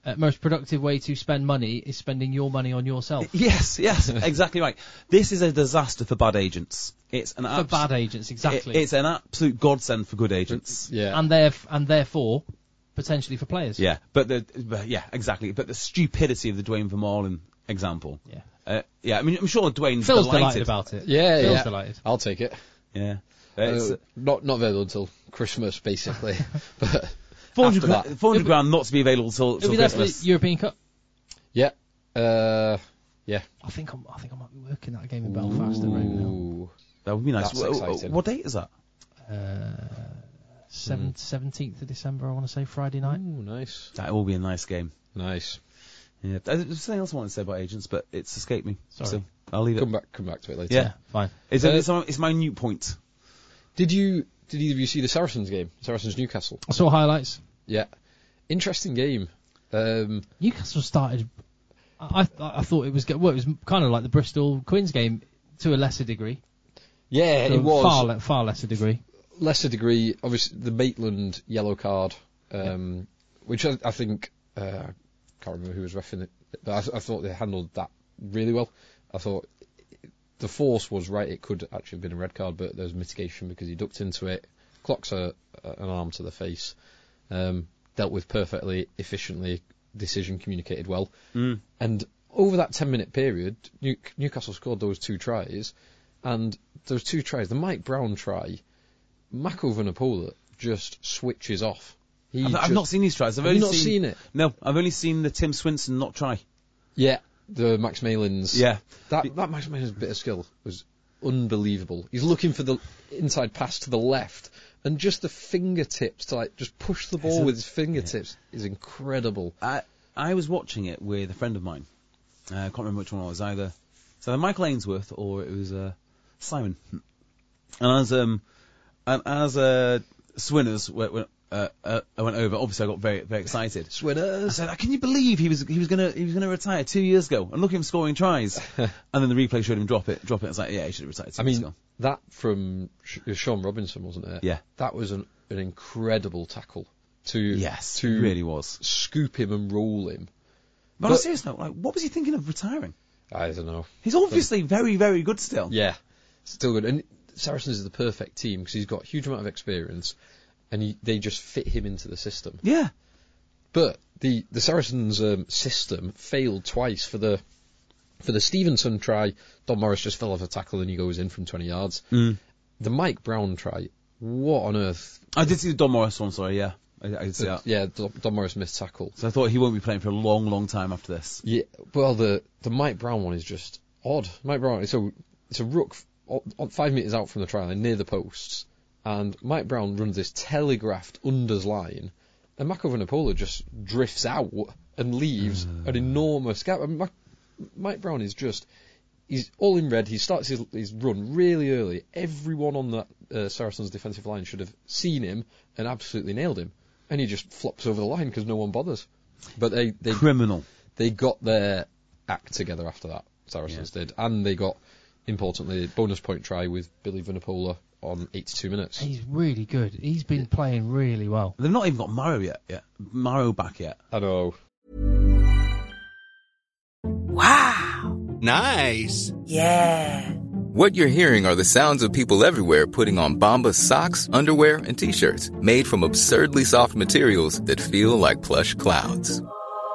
uh, most productive way to spend money is spending your money on yourself.
Yes, yes, [LAUGHS] exactly right. This is a disaster for bad agents. It's an
for
abs-
bad agents, exactly.
It- it's an absolute godsend for good agents.
Yeah.
and theref- and therefore potentially for players.
Yeah, but the but yeah, exactly. But the stupidity of the Dwayne Vermaelen example.
Yeah.
Uh, yeah, I mean, I'm sure Dwayne's
Phil's delighted,
delighted.
about it.
yeah,
Phil's
yeah.
delighted.
I'll take it.
Yeah. Uh,
Uh,
It's,
not not available until
[LAUGHS]
Christmas, basically. but
400,
Oh, after
uh, gra-
that-
400 grand not to be available till,
It'll
till
be there for the
Christmas.
European Cup.
yeah, uh, yeah.
I think I'm, I think I might be working that game in Belfast at the moment.
Ooh.
That would be nice.
That's
Wh- wh-
exciting.
What date is that?
Uh, Seventeenth of December, I want to say Friday night.
Ooh, nice,
That will be a nice game.
nice.
Yeah. Uh, There's something else I wanted to say about agents, but it's escaped me.
Sorry.
So I'll leave it.
Come back, come back to it later.
Yeah.
Fine.
It's,
Uh,
it's, my- it's my new point.
Did you? Did either of you see the Saracens game? Saracens Newcastle.
I saw highlights.
Yeah. Interesting game. Um,
Newcastle started. I I, I thought it was go- well, it was kind of like the Bristol Queens game to a lesser degree.
yeah,
To a
it was.
far le- far lesser degree.
lesser degree, obviously the Maitland yellow card, um, which I, I think uh, I can't remember who was refing it, but I, th- I thought they handled that really well. I thought the force was right; it could actually have been a red card, but there was mitigation because he ducked into it, clocks a, a- an arm to the face, um, dealt with perfectly, efficiently, decision communicated well,
Mm.
and over that ten-minute period, New- Newcastle scored those two tries. And those two tries, the Mike Brown try, Mako Vanapola just switches off. He
I've, I've
just-
not seen these tries. I've
Have
only
you not seen it?
No, I've only seen the Tim Swinson not try.
Yeah, the Max Malins.
Yeah.
that that Max Malins bit of skill was unbelievable. He's looking for the inside pass to the left, and just the fingertips to like just push the ball
a-
with his fingertips is incredible.
I I was watching it with a friend of mine. Uh, I can't remember which one it was either. So Michael Ainsworth or it was uh, Simon. And as um and as uh, Swinners went, went, uh, uh, I went over, obviously I got very very excited. I
Swinners.
said, "Can you believe he was he was gonna he was gonna retire two years ago?" And look at him scoring
[LAUGHS]
tries. and then the replay showed him drop it, drop it. It's like, yeah, he should have retired two
I
years
mean,
ago.
that from Sh- it was Sean Robinson, wasn't it?
Yeah.
That was an, an incredible tackle to
Yes,
to
really was.
scoop him and roll him.
But, on a
but-
serious note, like, what was he thinking of retiring?
I don't know.
He's obviously very very good still.
Yeah, still good. And Saracens is the perfect team because he's got a huge amount of experience, and he, they just fit him into the system.
Yeah.
But the the Saracens um, system failed twice for the for the Stevenson try. Don Morris just fell off a tackle and he goes in from 20 yards. The Mike Brown try. What on earth?
I did see the Don Morris one. Sorry, yeah, I, I did see that.
yeah, Don, Don Morris missed tackle.
So I thought he won't be playing for a long, long time after this.
Yeah, well, the the Mike Brown one is just odd. Mike Brown, it's a it's a rook f- o- o- five meters out from the try line, near the posts, and Mike Brown runs this telegraphed unders line, and Mako Vanapola just drifts out and leaves an enormous gap. And Mac, Mike Brown is just he's all in red. He starts his, his run really early. Everyone on that uh, Saracens defensive line should have seen him and absolutely nailed him, and he just flops over the line because no one bothers. But they,
[LAUGHS]
they
Criminal.
they got their act together after that. Saracens did, and they got importantly a bonus point try with Billy Vanapola on 82 minutes.
He's really good. He's been playing really well.
They've not even got Morrow yet. Yet Morrow back yet.
I know.
Nice. Yeah. What you're hearing are the sounds of people everywhere putting on Bombas socks, underwear, and t-shirts made from absurdly soft materials that feel like plush clouds.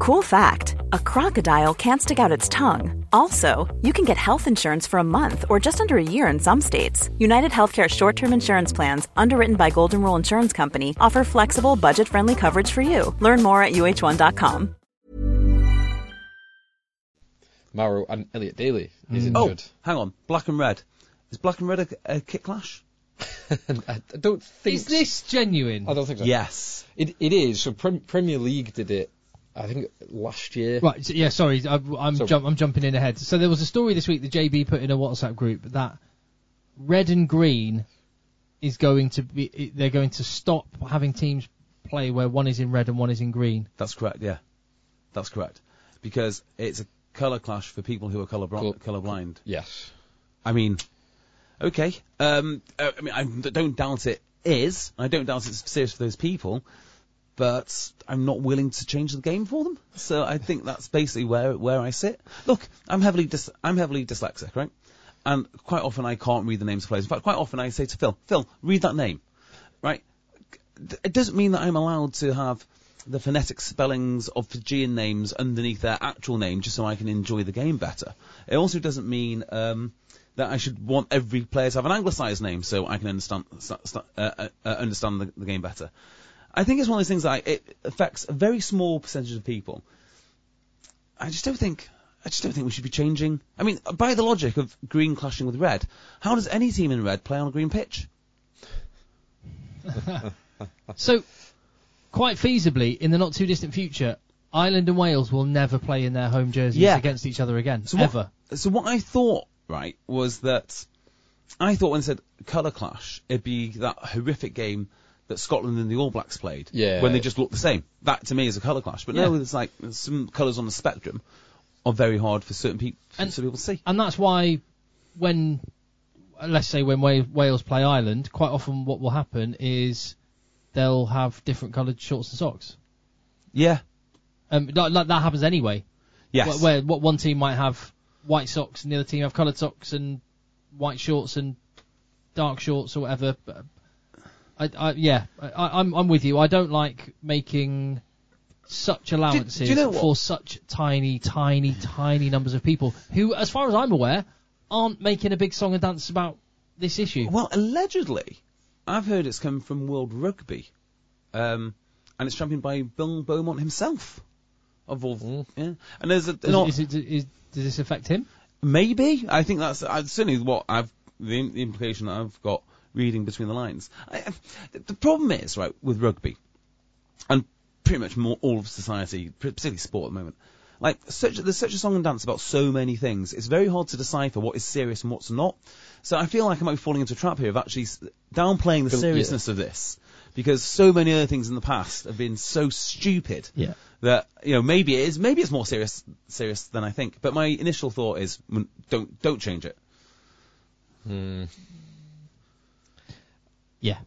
Cool fact a crocodile can't stick out its tongue. Also, you can get health insurance for a month or just under a year in some states. United Healthcare short term insurance plans, underwritten by Golden Rule Insurance Company, offer flexible, budget friendly coverage for you. Learn more at uh1.com.
Maro and Elliot Daly
Mm.
is
Oh,
injured.
hang on. Black and red. Is black and red a, a kick clash?
I [LAUGHS] I don't think.
Is this genuine?
I don't think so.
Yes.
It, it is. So Prem, Premier League did it, I think, last year.
Right, so, yeah, sorry, I, I'm,
So-
jump, I'm jumping in ahead. So there was a story this week that JB put in a WhatsApp group that red and green is going to be, they're going to stop having teams play where one is in red and one is in green.
[LAUGHS] That's correct. Yeah, that's correct. Because it's a colour clash for people who are colour
Cool.
colorblind.
Yes.
I mean, okay. Um, uh, I mean, I don't doubt it is. I don't doubt it's serious for those people, but I'm not willing to change the game for them. So I think that's basically where where I sit. Look, I'm heavily dys- I'm heavily dyslexic, right? And quite often I can't read the names of players. In fact, quite often I say to Phil, Phil, read that name, right? It doesn't mean that I'm allowed to have the phonetic spellings of Fijian names underneath their actual name just so I can enjoy the game better. It also doesn't mean um, that I should want every player to have an anglicised name so I can understand st- st- uh, uh, uh, understand the, the game better. I I think it's one of those things that I, it affects a very small percentage of people. I just don't think. I just don't think we should be changing. I mean, by the logic of green clashing with red, how does any team in red play on a green pitch?
So, quite feasibly, in the not too distant future, Ireland and Wales will never play in their home jerseys
Yeah.
against each other again,
So
ever.
What, so what I thought, right, was that I thought when they said colour clash, it'd be that horrific game that Scotland and the All Blacks played.
Yeah.
When they just look the same. That to me is a colour clash. But no,
Yeah.
it's like some colours on the spectrum are very hard for certain people,
And-
some people to see.
and that's why when let's say when Wa- Wales play Ireland, quite often what will happen is they'll have different coloured shorts and socks.
Yeah.
Um, that, that that happens anyway.
Yes.
Where, where what one team might have white socks and the other team have coloured socks and white shorts and dark shorts or whatever. But I, I yeah, I- I, I'm I'm with you. I don't like making such allowances
do you know what?
for such tiny, tiny, tiny numbers of people who, as far as I'm aware, aren't making a big song and dance about this issue.
Well, allegedly, I've heard it's come from World Rugby, um, and it's championed by Bill Beaumont himself. Of all, yeah. And there's a
Does,
not-
Mm. is it, is, does this affect him?
Maybe. I think that's uh, certainly what I've the, im- the implication that I've got reading between the lines. I, I- the- the problem is right with rugby, and pretty much more all of society, pr- particularly sport at the moment. Like such, there's such a song and dance about so many things. It's very hard to decipher what is serious and what's not. So I feel like I might be falling into a trap here of actually s- downplaying the
Feel- yeah.
seriousness of this because so many other things in the past have been so stupid
Yeah.
that you know maybe it is maybe it's more serious serious than I think. But my initial thought is mm, don't don't change it.
Yeah.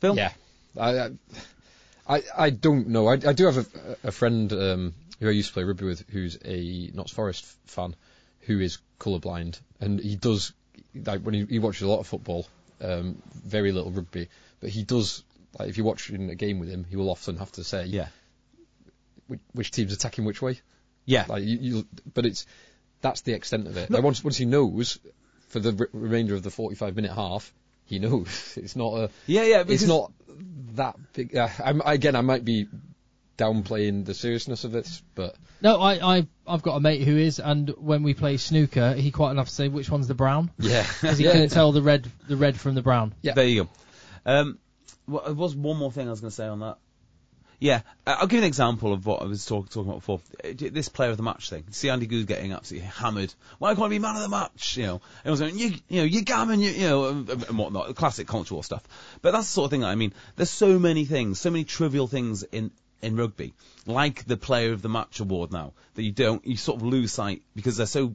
Phil,
Yeah, I, I- I, I don't know. I, I do have a, a friend um, who I used to play rugby with, who's a Notts Forest f- fan, who is colourblind, and he does like when he, he watches a lot of football, um, very little rugby, but he does like if you're watching a game with him, he will often have to say
yeah,
which, which team's attacking which way.
yeah.
Like you, you, but it's that's the extent of it. Like once once he knows, for the re- remainder of the 45 minute half, he knows. [LAUGHS] It's not a
Yeah, yeah,
It's
because-
not that big. Uh, I'm, again, I might be downplaying the seriousness of this, but
No, I, I, I've got a mate who is, and when we play snooker, he quite enough to say which one's the brown. [LAUGHS]
yeah,
because he couldn't tell the red the red from the brown.
yeah.
There you go. Um, well, there was one more thing I was going to say on that. Yeah, I- I'll give you an example of what I was talk- talking about before. Uh, d- This player of the match thing. See Andy Goode getting absolutely hammered. Why can't he be man of the match? You know, and was going, you, you know, you gammon, you, you know, and, and whatnot. The Classic culture war stuff. But that's the sort of thing that I mean. There's so many things, so many trivial things in in rugby, like the player of the match award now that you don't, you sort of lose sight because they're so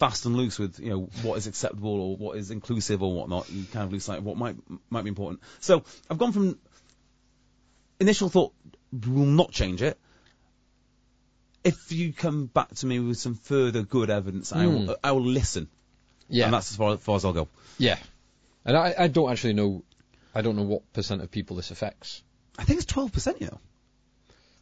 fast and loose with you know what is acceptable or what is inclusive or whatnot. You kind of lose sight of what might might be important. So I've gone from initial thought will not change it. If you come back to me with some further good evidence, I
Hmm.
will I will listen.
yeah.
And that's as far, as far as I'll go.
yeah. And I, I don't actually know. I don't know what percent of people this affects.
I think it's twelve percent, you know.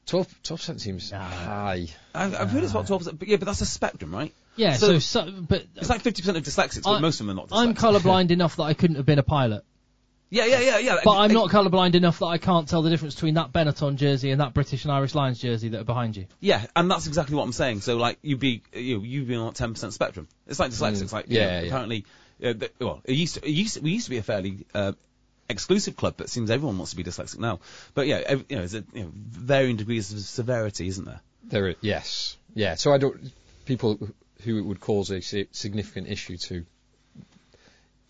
12 percent seems high.
I've, I've heard it's
Ah.
about twelve percent, but yeah, but that's a spectrum, right?
Yeah,
So-
so, so, but
It's like fifty percent of dyslexics, but
I-
most of them are not. Dyslexics.
I'm colourblind enough that I couldn't have been a pilot,
Yeah, yeah, yeah, yeah.
but I'm not colourblind enough that I can't tell the difference between that Benetton jersey and that British and Irish Lions jersey that are behind you.
Yeah, and that's exactly what I'm saying. So like you'd be you know, you'd be on ten percent spectrum. It's like dyslexics.
Mm,
Like you
yeah,
know,
yeah.
apparently, uh, the, well, it used to, it used to, we used to be a fairly uh, exclusive club, but it seems everyone wants to be dyslexic now. But yeah, ev- you know, there's a, you know, varying degrees of severity, isn't there?
There is, yes, yeah. So I don't people who it would cause a si- significant issue to.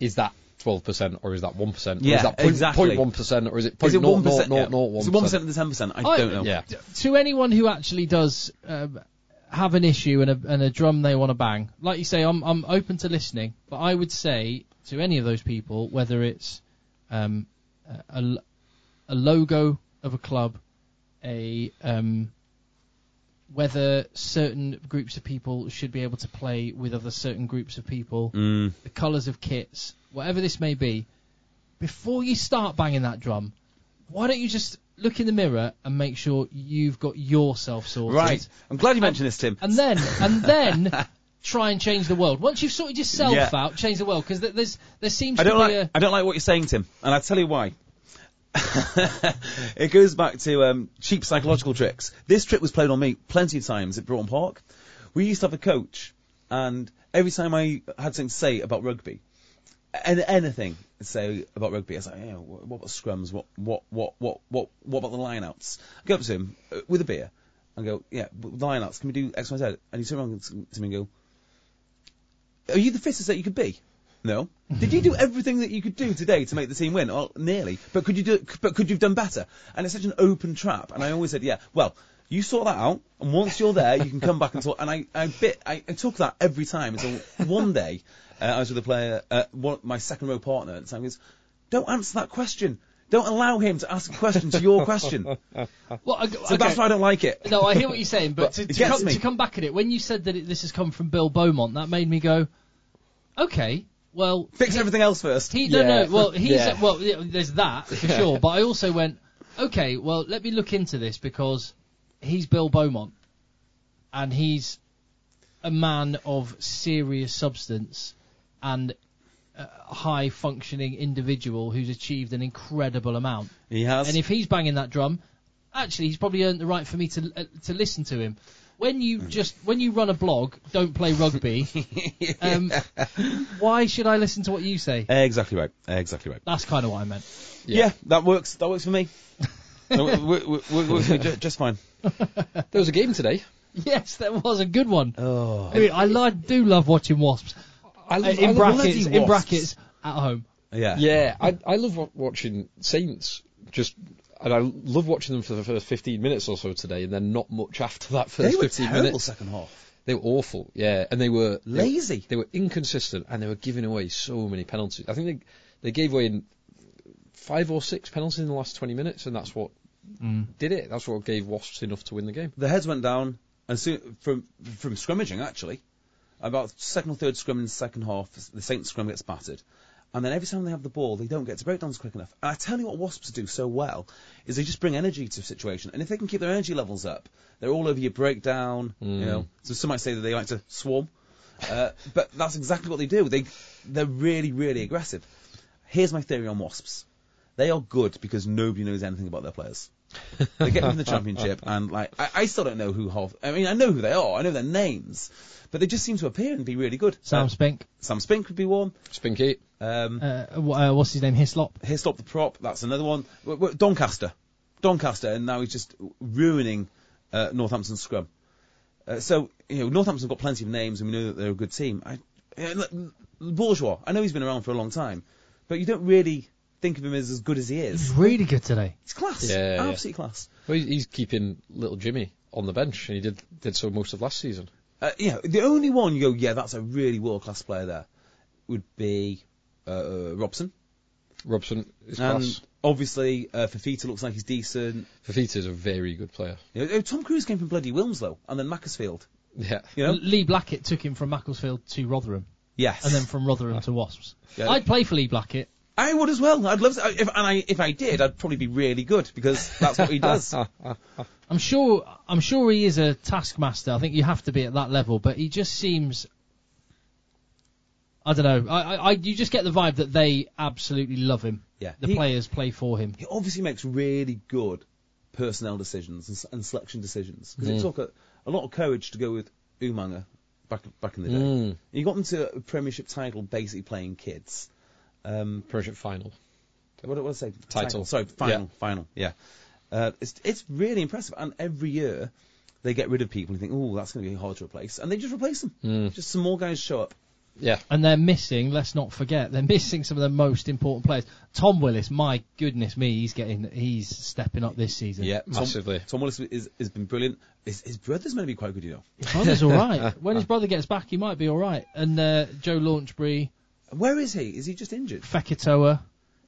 Is that twelve percent or is that one percent?
Yeah,
is that point-
exactly.
point one percent or is it
Is
point
it
naught
one
naught
percent?
naught naught one
Is it one percent of the ten percent? I
I-
don't know.
Yeah,
To anyone who actually does um, have an issue and a, and a drum they want to bang, like you say, I'm I'm open to listening, but I would say to any of those people, whether it's um, a, a l- a logo of a club, a um, whether certain groups of people should be able to play with other certain groups of people,
Mm.
the colours of kits, whatever this may be, before you start banging that drum, why don't you just look in the mirror and make sure you've got yourself sorted?
Right. I'm glad you mentioned this, Tim.
And then, and then. [LAUGHS] Try and change the world. Once you've sorted yourself
Yeah.
out, change the world because there's there seems
I
to
don't like
be a
I don't like what you're saying, Tim, and I'll tell you why. [LAUGHS] it goes back to um, cheap psychological tricks. This trick was played on me plenty of times at Broughton Park. We used to have a coach, and every time I had something to say about rugby, an- anything to say about rugby, I was like, you know, what what about scrums? What what what what what what about the lineouts? I go up to him uh, with a beer and go, yeah, but the lineouts. Can we do X Y Z? And he turned around to me and go, are you the fittest that you could be? No. Did you do everything that you could do today to make the team win? Well, nearly. But could you do? But could you've done better? And it's such an open trap. And I always said, yeah. Well, you sort that out, and once you're there, you can come back and talk. And I, I bit, I, I took that every time until one day, uh, I was with a player, uh, one, my second row partner at the time. He goes, don't answer that question. Don't allow him to ask a question to your question. So
Well, I,
that's
okay.
why I don't like it.
No, I hear what you're saying, but,
But
to,
it
to,
gets
come,
me.
to come back at it, when you said that it, this has come from Bill Beaumont, that made me go, okay, well,
Fix everything else first.
he no
Yeah.
no well he's
Yeah.
well yeah, there's that for sure, but I also went, okay, well let me look into this because he's Bill Beaumont, and he's a man of serious substance and a high functioning individual who's achieved an incredible amount.
He has.
And if he's banging that drum, actually, he's probably earned the right for me to uh, to listen to him. When you just when you run a blog, don't play rugby. um, Why should I listen to what you say?
exactly right. Exactly right.
That's kind of what I meant. [LAUGHS]
Yeah. that works. That works for [LAUGHS] me. that wo- wo- wo- wo- works for me ju- just fine.
There was a game today.
Yes, that was a good one. Oh, I, mean, I, lo- do love watching wasps.
I
Uh, in
love-
brackets,
bloody
in
wasps.
brackets, at home.
Yeah.
Yeah, I I love wa- watching Saints. Just and I love watching them for the first 15 minutes or so today, and then not much after that first
They were
15
terrible
minutes.
second half.
They were awful. Yeah, and they were they-
Lazy.
They, were inconsistent, and they were giving away so many penalties. I think they they gave away five or six penalties in the last 20 minutes, and that's what did it. That's what gave Wasps enough to win the game.
The heads went down and soon, from from scrimmaging actually. About second or third scrum in the second half, the Saints scrum gets battered. And then every time they have the ball, they don't get to breakdowns quick enough. And I tell you what Wasps do so well is they just bring energy to a situation. And if they can keep their energy levels up, they're all over your breakdown. You know, so some might say that they like to swarm, uh, but that's exactly what they do. They they're really really aggressive. Here's my theory on Wasps. They are good because nobody knows anything about their players. They get them in the championship, and like I, I still don't know who half. I mean, I know who they are. I know their names, but they just seem to appear and be really good.
Sam
Uh,
Spink,
Sam Spink would be one.
Spinky.
Um,
uh, wh- uh, what's his name? Hislop.
Hislop the prop. That's another one. W- w- Doncaster, Doncaster, and now he's just ruining uh, Northampton's scrum. Uh, so you know Northampton have got plenty of names, and we know that they're a good team. I, yeah, look, Bourgeois, I know he's been around for a long time, but you don't really think of him as as good as he is.
Really good today.
He's class,
Yeah, yeah.
absolute class.
Well, he's- he's keeping little Jimmy on the bench, and he did did so most of last season.
Uh, yeah, the only one you go, yeah, that's a really world class player there, would be uh, uh, Robson.
Robson is
And
class.
obviously, uh, Fafita looks like he's decent.
Fafita is a very good player.
You know, Tom Cruise came from bloody Wilmslow and then Macclesfield.
Yeah.
You know?
Lee Blackett took him from Macclesfield to Rotherham,
Yes.
and then from Rotherham to Wasps.
Yeah.
I'd play for Lee Blackett.
I would as well. I'd love to. If, and I, if I did, I'd probably be really good because that's what he does.
I'm sure. I'm sure he is a taskmaster. I think you have to be at that level, but he just seems. I don't know. I, I, I you just get the vibe that they absolutely love him.
Yeah.
The
He-
players play for him.
he obviously makes really good personnel decisions and, s- and selection decisions because it took a, a lot of courage to go with Umanga back back in the day. He got them to a Premiership title basically playing kids.
Premiership final.
What did I say?
Title.
Sorry, final,
Yeah.
final. Yeah. Uh, it's it's really impressive, and every year they get rid of people and you think, oh, that's going to be hard to replace, and they just replace them. Just some more guys show up.
Yeah.
And they're missing. Let's not forget, they're missing some of the most important players. Tom Willis, my goodness me, he's getting, he's stepping up this season.
Tom-
massively.
Tom, Willis is, has been brilliant. His, his brother's going to be quite good, you know.
His brother's
[LAUGHS]
all right. When his brother gets back, he might be all right. And uh, Joe Launchbury,
Where is he? Is he just injured?
Fekitoa.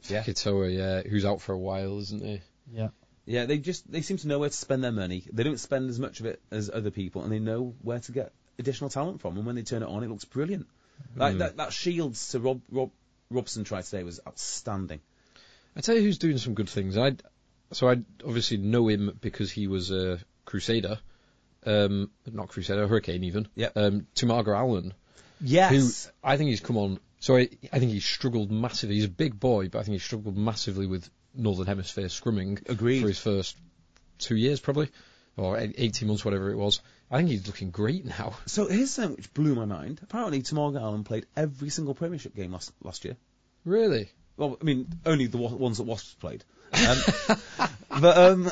Yeah. Katoa, yeah, who's out for a while, isn't he?
Yeah.
Yeah, they just they seem to know where to spend their money. They don't spend as much of it as other people, and they know where to get additional talent from. And when they turn it on, it looks brilliant. Like that, that shields to Rob, Rob Robson try today was outstanding.
I tell you who's doing some good things. I so I obviously know him because he was a Crusader, um, not Crusader, Hurricane even.
Yep.
Um, to Margaret Allen,
Yes,
who I think he's come on. So I, I think he struggled massively. He's a big boy, but I think he struggled massively with Northern Hemisphere scrumming
Agreed.
for his first two years, probably, or eight- 18 months, whatever it was. I think he's looking great now. [LAUGHS]
So here's something which blew my mind. Apparently, Tamar Garland played every single Premiership game last last year.
Really?
Well, I mean, only the wa- ones that Wasps played. Um, but um,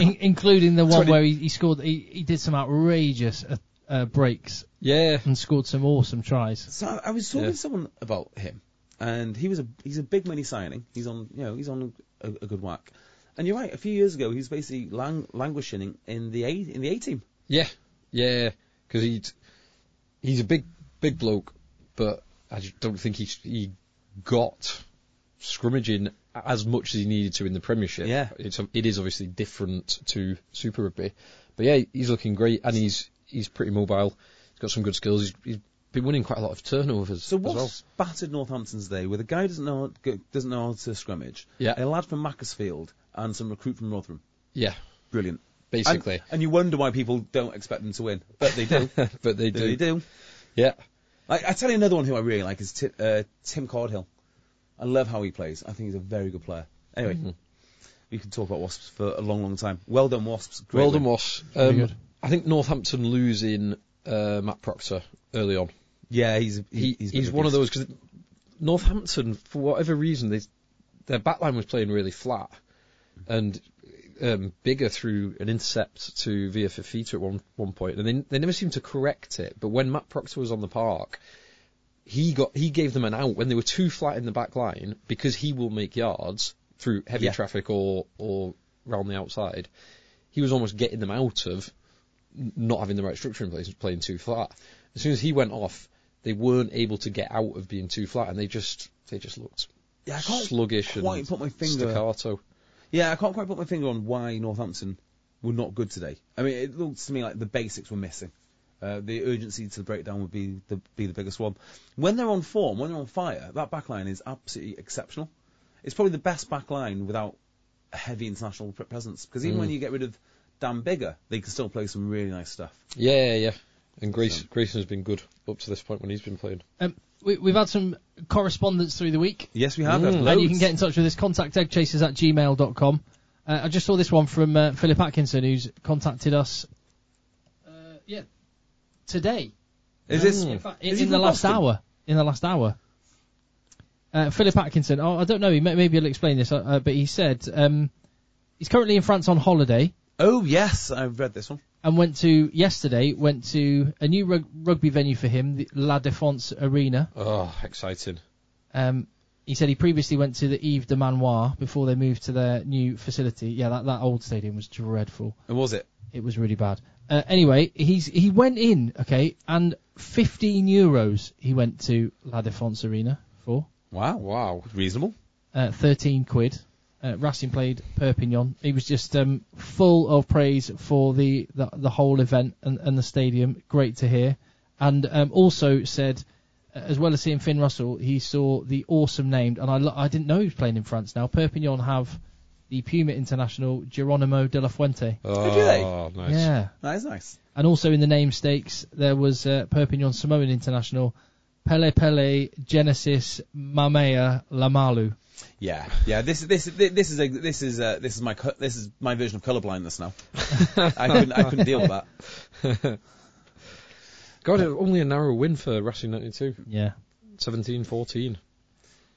In- including the one
Twenty-
where he, he scored. He, he did some outrageous uh, uh, breaks
Yeah.
and scored some awesome tries.
so I- I was talking
Yeah.
to someone about him, and he was a he's a big money signing. He's on you know he's on a, a good whack. And you're right. A few years ago, he was basically lang- languishing in, in the A in the A team.
Yeah, yeah, because he he's a big big bloke, but I just don't think he he got scrimmaging as much as he needed to in the Premiership.
Yeah.
it's it is obviously different to Super Rugby, but yeah, he's looking great and he's he's pretty mobile. He's got some good skills. He's, he's been winning quite a lot of turnovers
So
as
Wasps
well.
battered Northampton today with a guy who doesn't know how- doesn't know how to scrimmage.
Yeah.
a lad from Macclesfield and some recruit from Rotherham.
Yeah,
Brilliant.
basically,
And, and you wonder why people don't expect them to win, but they do.
but [LAUGHS] they do.
they do.
Yeah,
I, I tell you another one who I really like is Ti uh, Tim Cardhill. I love how he plays. I think he's a very good player. Anyway,
Mm-hmm.
we can talk about Wasps for a long, long time. Well done, Wasps. Great
well done,
win.
Wasps.
Very
Um,
good.
I think Northampton losing uh, Matt Proctor early on.
Yeah, he's
he,
he,
he's,
been a
one of
beast.
those because Northampton, for whatever reason, they, their backline was playing really flat, and um, bigger through an intercept to Via Fifita at one one point, and they they never seemed to correct it. But when Matt Proctor was on the park, he got he gave them an out when they were too flat in the back line because he will make yards through heavy
Yeah.
traffic or or round the outside. He was almost getting them out of n- not having the right structure in place, playing too flat. As soon as he went off, they weren't able to get out of being too flat, and they just they just looked
Yeah, I can't
sluggish
quite
and
put my finger-
staccato.
Yeah, I can't quite put my finger on why Northampton were not good today. I mean, it looks to me like the basics were missing. Uh, the urgency to the breakdown would be the be the biggest one. When they're on form, when they're on fire, that back line is absolutely exceptional. It's probably the best back line without a heavy international pre- presence. Because even
Mm.
when you get rid of Dan Bigger, they can still play some really nice stuff.
Yeah, yeah. And Grace, Grayson has been good up to this point when he's been playing.
Um, we, we've had some correspondence through the week.
Yes, we have.
Mm. And you can get in touch with us, contact eggchasers at gmail.com. Uh, I just saw this one from uh, Philip Atkinson, who's contacted us uh, yeah, today.
Is this?
Mm. In, fact,
is
in,
he
the
from
last
Boston?
hour. In the last hour. Uh, Philip Atkinson. Oh, I don't know. He may, maybe he'll explain this, uh, uh, but he said um, he's currently in France on holiday
Oh yes, I've read this one.
and went to yesterday went to a new rug- rugby venue for him, the La Défense Arena.
Oh, exciting.
Um, he said he previously went to the Yves de Manoir before they moved to their new facility. Yeah, that, that old stadium was dreadful.
Or was it?
It was really bad. Uh, anyway, he's he went in, okay, and 15 euros he went to La Défense Arena for,
Wow.
Wow.
Reasonable.
uh, 13 quid. Uh, Racing played Perpignan. He was just um, full of praise for the, the, the whole event and, and the stadium. Great to hear. And um, also said, uh, as well as seeing Finn Russell, he saw the awesome named, and I, lo- I didn't know he was playing in France now. Perpignan have the Puma international Geronimo de la Fuente.
Oh,
do they?
nice.
Yeah.
That is nice.
And also in the name stakes, there was uh, Perpignan Samoan International, Pele Pele, Genesis, Mamea, Lamalu.
Yeah, yeah. This this this is a, this is uh, this is my co- this is my version of colorblindness now. [LAUGHS] I couldn't I couldn't deal with that.
God, only a narrow win for Racing 92.
Yeah.
17-14.
[LAUGHS]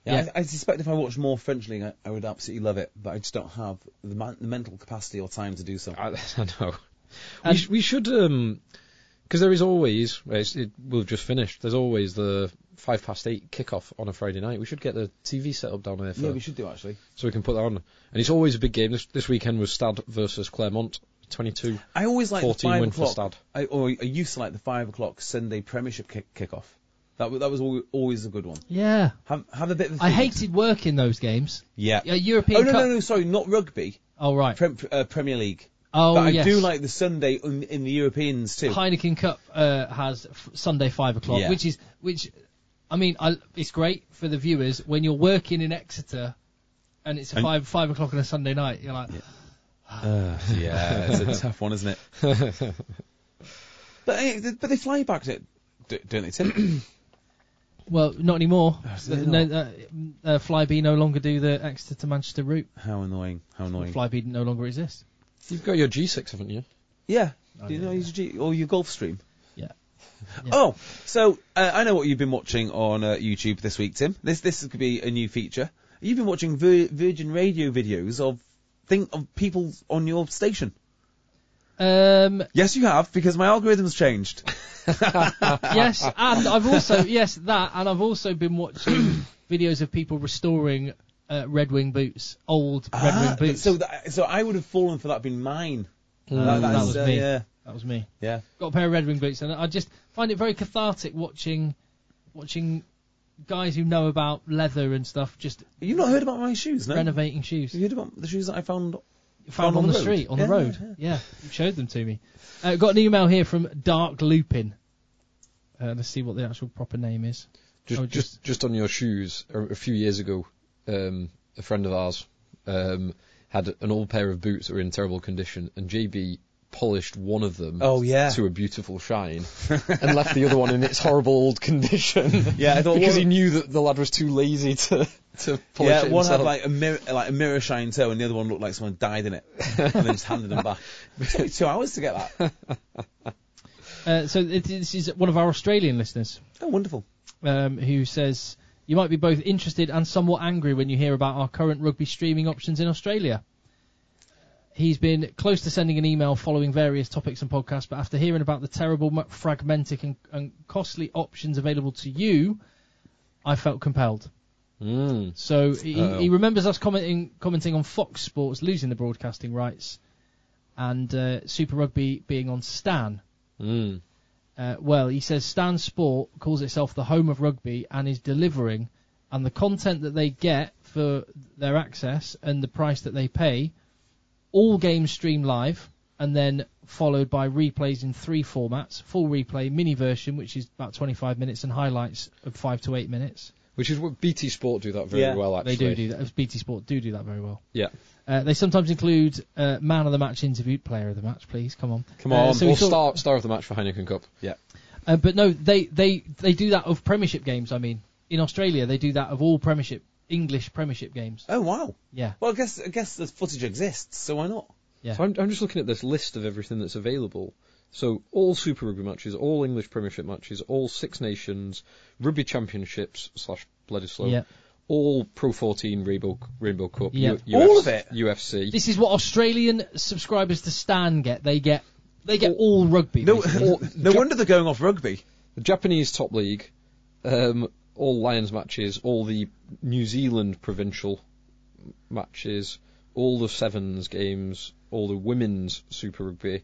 Yeah,
Yeah.
I, I suspect if I watched more French league, I, I would absolutely love it, but I just don't have the, man, the mental capacity or time to do so.
I, I know.
And-
we, sh- we should, um 'cause there is always, well, it's, it, we've just finished, there's always the five past eight kickoff on a Friday night. We should get the TV set up down there for,
yeah, we should do actually.
so we can put that on. And it's always a big game. This, this weekend was Stad versus Clermont, 22.
I always like the
14
five
win for
o'clock.
Stad.
I, or I used to like the five o'clock Sunday Premiership kick, kickoff. That wa- that was al- always a good one.
Yeah.
Have have a bit of. a
I
feed.
hated working those games.
Yeah.
Yeah, European
Oh no
Cup.
no no! Sorry, not rugby.
Oh, right.
Prem, uh, Premier League.
Oh,
but I
yes.
do like the Sunday in, in the Europeans too.
Heineken Cup uh, has f- Sunday five o'clock,
Yeah.
which is which. I mean, I, it's great for the viewers when you're working in Exeter, and it's
And-
five five o'clock on a Sunday night. You're like,
Yeah, it's a tough one, isn't it? [LAUGHS] but eh, th- but they fly back to it, d- don't they, Tim?
Well, not anymore.
Yes,
Uh,
they're
no, uh, uh, Flybe no longer do the Exeter to Manchester route.
[CLEARS THROAT] How annoying. How annoying.
Flybe no longer exists.
You've got your G6, haven't you?
Yeah.
Oh,
Do you
yeah,
know
yeah.
use G- or your Gulfstream?
Yeah.
Oh, so uh, I know what you've been watching on uh, YouTube this week, Tim. This this could be a new feature. You've been watching Vir- Virgin Radio videos of thing of people on your station.
Um,
Yes, you have because my algorithm's
[LAUGHS]
changed.
yes, and I've also yes that, and I've also been watching [COUGHS] videos of people restoring uh, Red Wing boots, old
Ah,
Red Wing boots.
So that, so I would have fallen for that being mine.
Um, that
is,
was
uh,
me.
Yeah.
That was me.
Yeah.
Got a pair of Red Wing boots, and I just find it very cathartic watching watching guys who know about leather and stuff just
You've not heard about my shoes, no?
renovating shoes.
Have Um, you heard about the shoes that I found?
found on, the,
road.
street, on
Yeah,
the road.
yeah.
Yeah, you showed them to me. Uh, got an email here from Dark Lupin. Uh, let's see what the actual proper name is.
Just,
Oh,
just, just, on your shoes. A, a few years ago, um, a friend of ours um, had an old pair of boots that were in terrible condition, and JB polished one of them
Oh, yeah.
to a beautiful shine and left the other one in its horrible old condition.
Yeah, I thought
[LAUGHS] because
one-
he knew that the lad was too lazy to to polish
Yeah,
it
one
himself.
had like a mirror, like a mirror shine toe, and the other one looked like someone died in it, and then just handed
[LAUGHS]
them back. It took me two hours to get that.
Uh, so it, this is one of our Australian listeners
Oh, wonderful.
um, who says you might be both interested and somewhat angry when you hear about our current rugby streaming options in Australia. He's been close to sending an email following various topics and podcasts, but after hearing about the terrible, mu- fragmented, and, and costly options available to you, I felt compelled.
Mm.
So he,
Oh.
he remembers us commenting commenting on Fox Sports losing the broadcasting rights, and uh, Super Rugby being on Stan.
Mm.
Uh, well, he says Stan Sport calls itself the home of rugby and is delivering, and the content that they get for their access and the price that they pay, all games stream live and then followed by replays in three formats: full replay, mini version, which is about 25 minutes, and highlights of five to eight minutes.
Which is what BT Sport do that very
Yeah,
well. Actually,
They do do that. BT Sport do do that very well.
Yeah.
Uh, they sometimes include uh, man of the match interviewed, player of the match. Please come on.
Come
Uh,
on,
so we
or
thought-
star star of the match for Heineken Cup.
Yeah.
Uh, but no, they, they they do that of Premiership games. I mean, in Australia, they do that of all Premiership English Premiership games.
Oh wow.
Yeah,
Well, I guess I guess the footage exists, so why not?
yeah.
So I'm, I'm just looking at this list of everything that's available. So all Super Rugby matches, all English Premiership matches, all Six Nations, Rugby Championships slash Bledisloe,
Yeah.
all Pro 14 Rainbow Rainbow Cup,
Yeah.
All of it?
UFC.
This is what Australian subscribers to Stan get. They get they get all rugby.
No,
basically.
[LAUGHS] no wonder they're going off rugby.
the Japanese top league, um, all Lions matches, all the New Zealand provincial matches, all the sevens games, all the women's Super Rugby,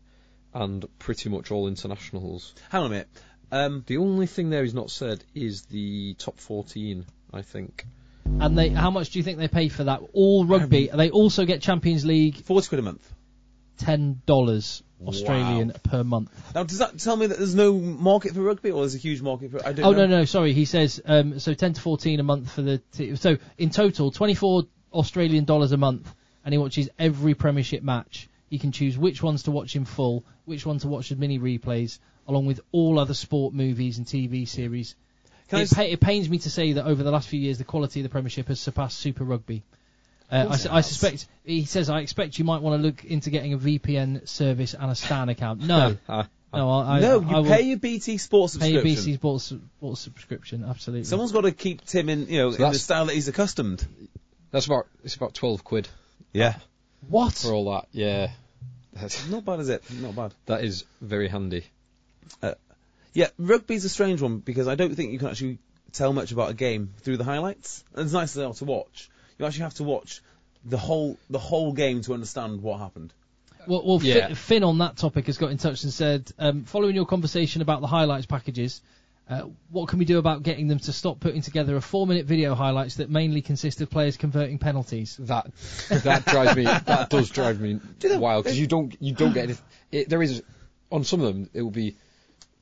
and pretty much all internationals.
Hang on a minute. Um,
The only thing there is not said is the top 14, I think.
and they how much do you think they pay for that? All rugby. They also get Champions League
forty quid a month.
ten dollars Australian per month.
Now, does that tell me that there's no market for rugby, or there's a huge market for? I don't
Oh
know.
no no sorry he says um, so 10 to 14 a month for the t- so in total 24 Australian dollars a month and he watches every Premiership match he can choose which ones to watch in full which one to watch as mini replays along with all other sport movies and TV series
Can I
it,
just-
pa- it pains me to say that over the last few years the quality of the Premiership has surpassed Super Rugby uh, I, su- I suspect he says I expect you might want to look into getting a VPN service and a Stan account no
[LAUGHS]
no I, I,
Ah. No,
I
you
will-
pay your BT Sports
Pay
subscription.
your BC Sports Sports subscription, absolutely.
Someone's got to keep Tim in, you know, in the
that's-
style that he's accustomed.
That's about it's about 12 quid
Yeah.
what?
for all that. Yeah, that's,
Not bad, is it? Not bad.
that is very handy.
Yeah, rugby's a strange one because I don't think you can actually tell much about a game through the highlights. And It's nice to be able to watch. You actually have to watch the whole the whole game to understand what happened.
Well, well
Yeah.
Finn, Finn on that topic has got in touch and said, um, following your conversation about the highlights packages, uh, what can we do about getting them to stop putting together a four-minute video highlights that mainly consist of players converting penalties?
That that drives me. That does
[LAUGHS]
drive me wild because you don't you don't get anything. It, there is on some of them it will be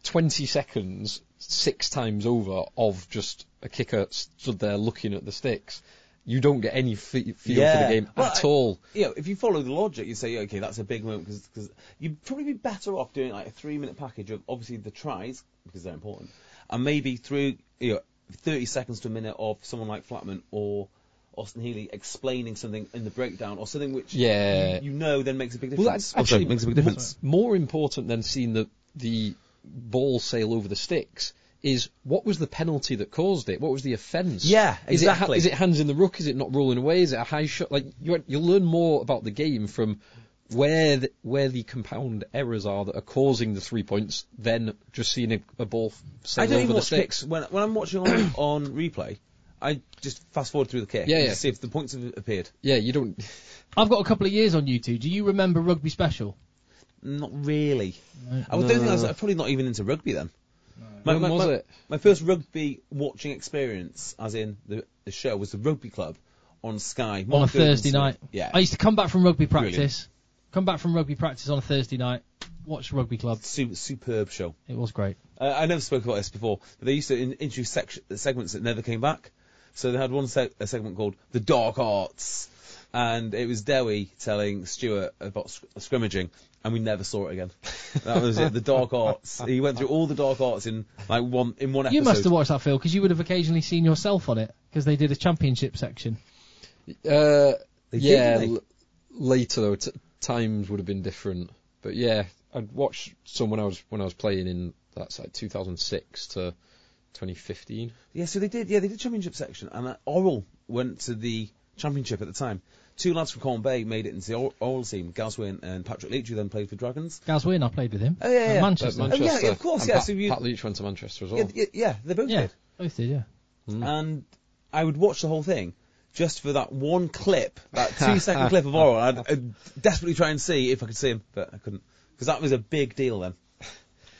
20 seconds six times over of just a kicker stood there looking at the sticks. You don't get any fe- feel for the game
Well,
at
I-
all.
You know, if you follow the logic, you say, okay, that's a big moment because you'd probably be better off doing like a three minute package of obviously the tries because they're important, and maybe through you know 30 seconds to a minute of someone like Flatman or Austin Healy explaining something in the breakdown or something which
Yeah.
you, you know then makes a big
Well,
difference.
that's actually
Also makes a big difference.
m- more important than seeing the the ball sail over the sticks is what was the penalty that caused it? What was the offence?
Yeah,
Is it ha-
exactly.
Is it, hands in the ruck? Is it not rolling away? Is it a high shot? Like you, you learn more about the game from where the, where the compound errors are that are causing the three points than just seeing a, a ball sail
I don't
over
even
the
watch
sticks.
kicks when when I'm watching on, [COUGHS] on replay. I just fast forward through the kick
Yeah,
and
yeah.
see if the points have appeared.
Yeah, you don't.
I've got a couple of years on you two. Do you remember Rugby Special?
Not really. I don't think I was I'm probably not even into rugby then. My,
When
my,
was
my-
it?
my first rugby watching experience, as in the, the show, was the rugby club on Sky
on a
Mark Goodwin
Thursday
Smith.
night.
Oh Yeah,
I used to come back from rugby practice.
Brilliant.
Come back from rugby practice on a Thursday night. Watch rugby club.
Su- superb show.
It was great.
Uh, I never spoke about this before, but they used to in- introduce sec- segments that never came back. So they had one seg- a segment called The Dark Arts, and it was Dewey telling Stuart about sc- scrimmaging, and we never saw it again. That was it, The Dark Arts. He went through all the Dark Arts in like one in one episode.
You must have watched that, Phil, because you would have occasionally seen yourself on it because they did a championship section.
Uh,
They did,
yeah,
didn't they?
l- later though, t- times would have been different. But yeah, I'd watched some when I was when I was playing in that's like 2006 to 2015.
Yeah, so they did. Yeah, they did championship section, and uh, Oral went to the championship at the time. Two lads from Corn Bay made it into the Or- Oral team, Gaswin and Patrick Leach, who then played for Dragons.
Gaz Wynn, I played with him.
Oh, yeah,
at
yeah.
Manchester.
At Manchester.
of course,
And
yeah,
Pat,
so you-
Pat Leach went to Manchester as well.
Yeah, yeah, yeah they both
Oh. Yeah,
did.
both did, yeah.
And I would watch the whole thing just for that one clip, [LAUGHS] that two-second clip of Oral. and I'd, I'd desperately try and see if I could see him, but I couldn't because that was a big deal then.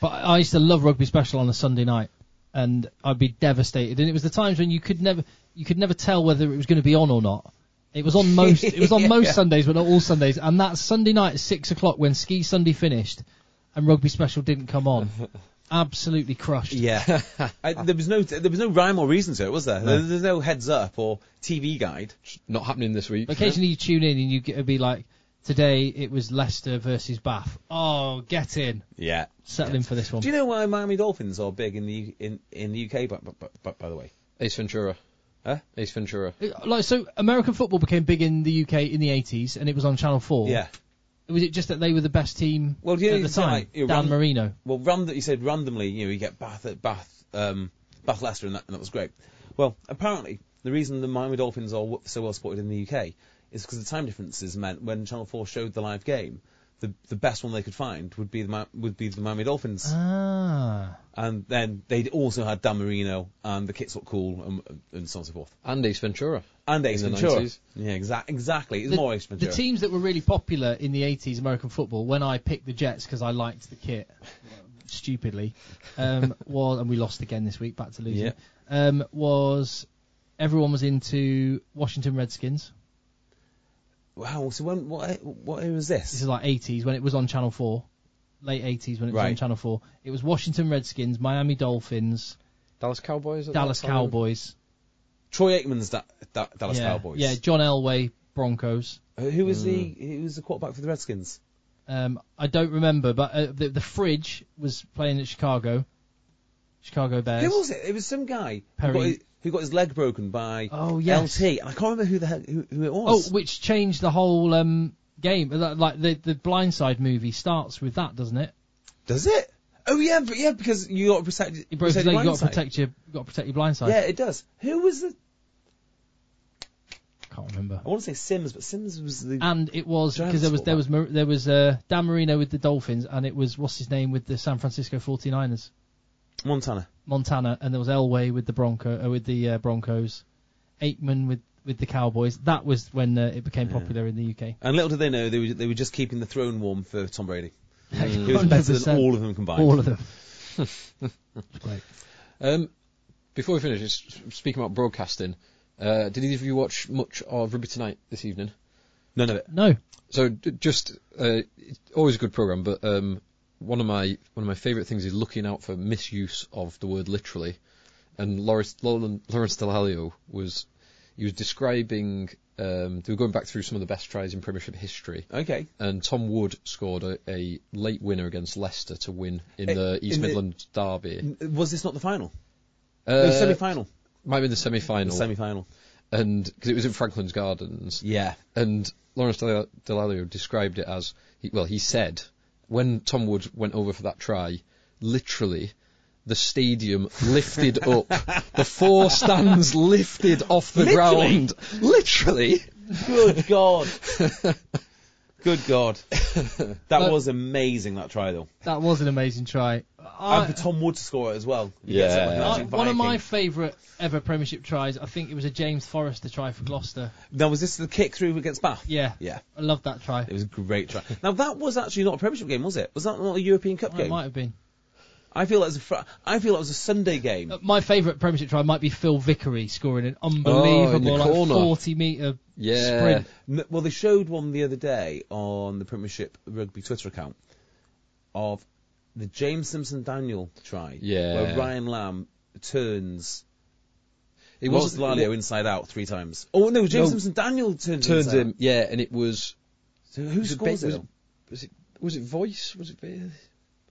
But I used to love rugby special on a Sunday night, and I'd be devastated. And it was the times when you could never, you could never tell whether it was going to be on or not. It
[LAUGHS]
was on most, it was on most Sundays, but not all Sundays. And that Sunday night at six o'clock when Ski Sunday finished, and rugby special didn't come
[LAUGHS]
on, absolutely crushed.
Yeah, [LAUGHS] I, there was no there was no rhyme or reason to it, was there? There There's no heads up or TV guide.
Not happening this week.
But occasionally you tune in and you get it'd be like, today it was Leicester versus Bath. Oh, get in,
Yeah.
settle in for this one.
Do you know why Miami Dolphins are big in the U- in in the UK? By, by, by, by the way,
Ace Ventura.
Huh?
Ace Ventura.
Uh, like so, American football became big in the UK in the 80s, and it was on Channel 4.
yeah.
Was it just that they were the best team
Well, yeah,
at the
it's
time?
like, you
Dan
ran-
Marino.
Well, random you said randomly, you know, you get Bath at Bath, um, Bath Leicester, and that, and that was great. Well, apparently the reason the Miami Dolphins are w- so well supported in the UK is because the time differences meant when Channel Four showed the live game, the the best one they could find would be the Mi- would be the Miami Dolphins,
Uh. Ah.
and then they also had Dan Marino and the Kits Look Cool and, and so on and so forth,
And Ace Ventura.
and Ace
In the
Ventura.
90s.
Yeah, exactly. Exactly. It's
The,
more Ace
the
Ventura.
teams that were really popular in the 80s American football, when I picked the Jets because I liked the kit, stupidly,
[LAUGHS]
um, was, and we lost again this week, back to losing,
Yeah.
um, was everyone was into Washington Redskins.
Wow. So when what what era was this?
This is like 80s when it was on Channel 4, late 80s when it was on
Right.
Channel 4. It was Washington Redskins, Miami Dolphins,
Dallas Cowboys. at that
Dallas
time?
Cowboys.
Troy Aikman's da- da- Dallas
yeah,
Cowboys.
Yeah, John Elway, Broncos.
Who who was
Mm.
the who was the quarterback for the Redskins?
Um, I don't remember, but uh, the, the fridge was playing at Chicago, Chicago Bears.
Who was it? It was some guy who
Perry.
got, his, who got his leg broken by
Oh, yes.
LT, and I can't remember who the hell, who, who it
Oh,
was.
which changed the whole um, game. Uh, Like the the Blindside movie starts with that, doesn't it?
does it? Oh yeah, but yeah, because you got to protect.
It broke his
protect
leg. You got to
blindside.
protect your got to protect your blindside.
Yeah, it does. Who was the?
Can't remember.
I want to say Sims, but Sims was the.
And it was
Giants
because there was there was
quarterback.
Mar- there was uh, Dan Marino with the Dolphins, and it was what's his name with the San Francisco 49ers,
Montana.
Montana, and there was Elway with the Bronco uh, with the uh, Broncos, Aikman with with the Cowboys. That was when uh, it became popular in the UK.
And little did they know they were they were just keeping the throne warm for Tom
[LAUGHS]
Brady. He was better
100%.
than all of them combined.
All of
[LAUGHS]
them. Great.
Um, before we finish, s- speaking about broadcasting, uh, did either of you watch much of Rugby Tonight this evening?
None of it.
No.
So d- just uh, it's always a good program, but um, one of my one of my favourite things is looking out for misuse of the word literally. And Lawrence Lauren- Lawrence Delalio was he was describing um, they were going back through some of the best tries in Premiership history.
Okay.
And Tom Wood scored a, a late winner against Leicester to win in
Eh,
the East
in the-
Midlands derby.
Was this not the final? no,
Uh,
semi-final.
Might be the semi final.
Semi-final.
and because it was in Franklin's Gardens.
Yeah.
And Lawrence Del- Delalio described it as he, well, he said when Tom Wood went over for that try, literally. The stadium lifted
[LAUGHS]
up. The four stands lifted off the
Literally?
ground. Literally.
Good
[LAUGHS]
God. Good God. That was amazing, that try, though.
That was an amazing try.
and for Tom Wood to score it as well. He gets up like an
Yeah.
I,
absolute
one of my
Viking.
favourite ever Premiership tries, I think it was a James Forrester try for Gloucester.
Now, was this the kick through against Bath?
Yeah.
Yeah.
I love that try.
It was a great try. Now, that was actually not a Premiership game, was it? Was that not a European Cup
Well, Oh, it
game?
might have been.
I feel that was a fr- I feel that was a Sunday game.
Uh, My favourite Premiership try might be Phil Vickery scoring
Oh,
an unbelievable like,
corner.
40 metre
Yeah.
sprint.
N- Well, they showed one the other day on the Premiership Rugby Twitter account of the James Simpson Daniel try,
Yeah.
where Ryan Lamb turns.
It
It was Lalio inside out three times. Oh no, James
No.
Simpson Daniel turns
Turns
inside
him.
out.
Yeah, and it was
So who
Was it
scores
Ba-
it?
was it- was it was it voice? Was it Bailey?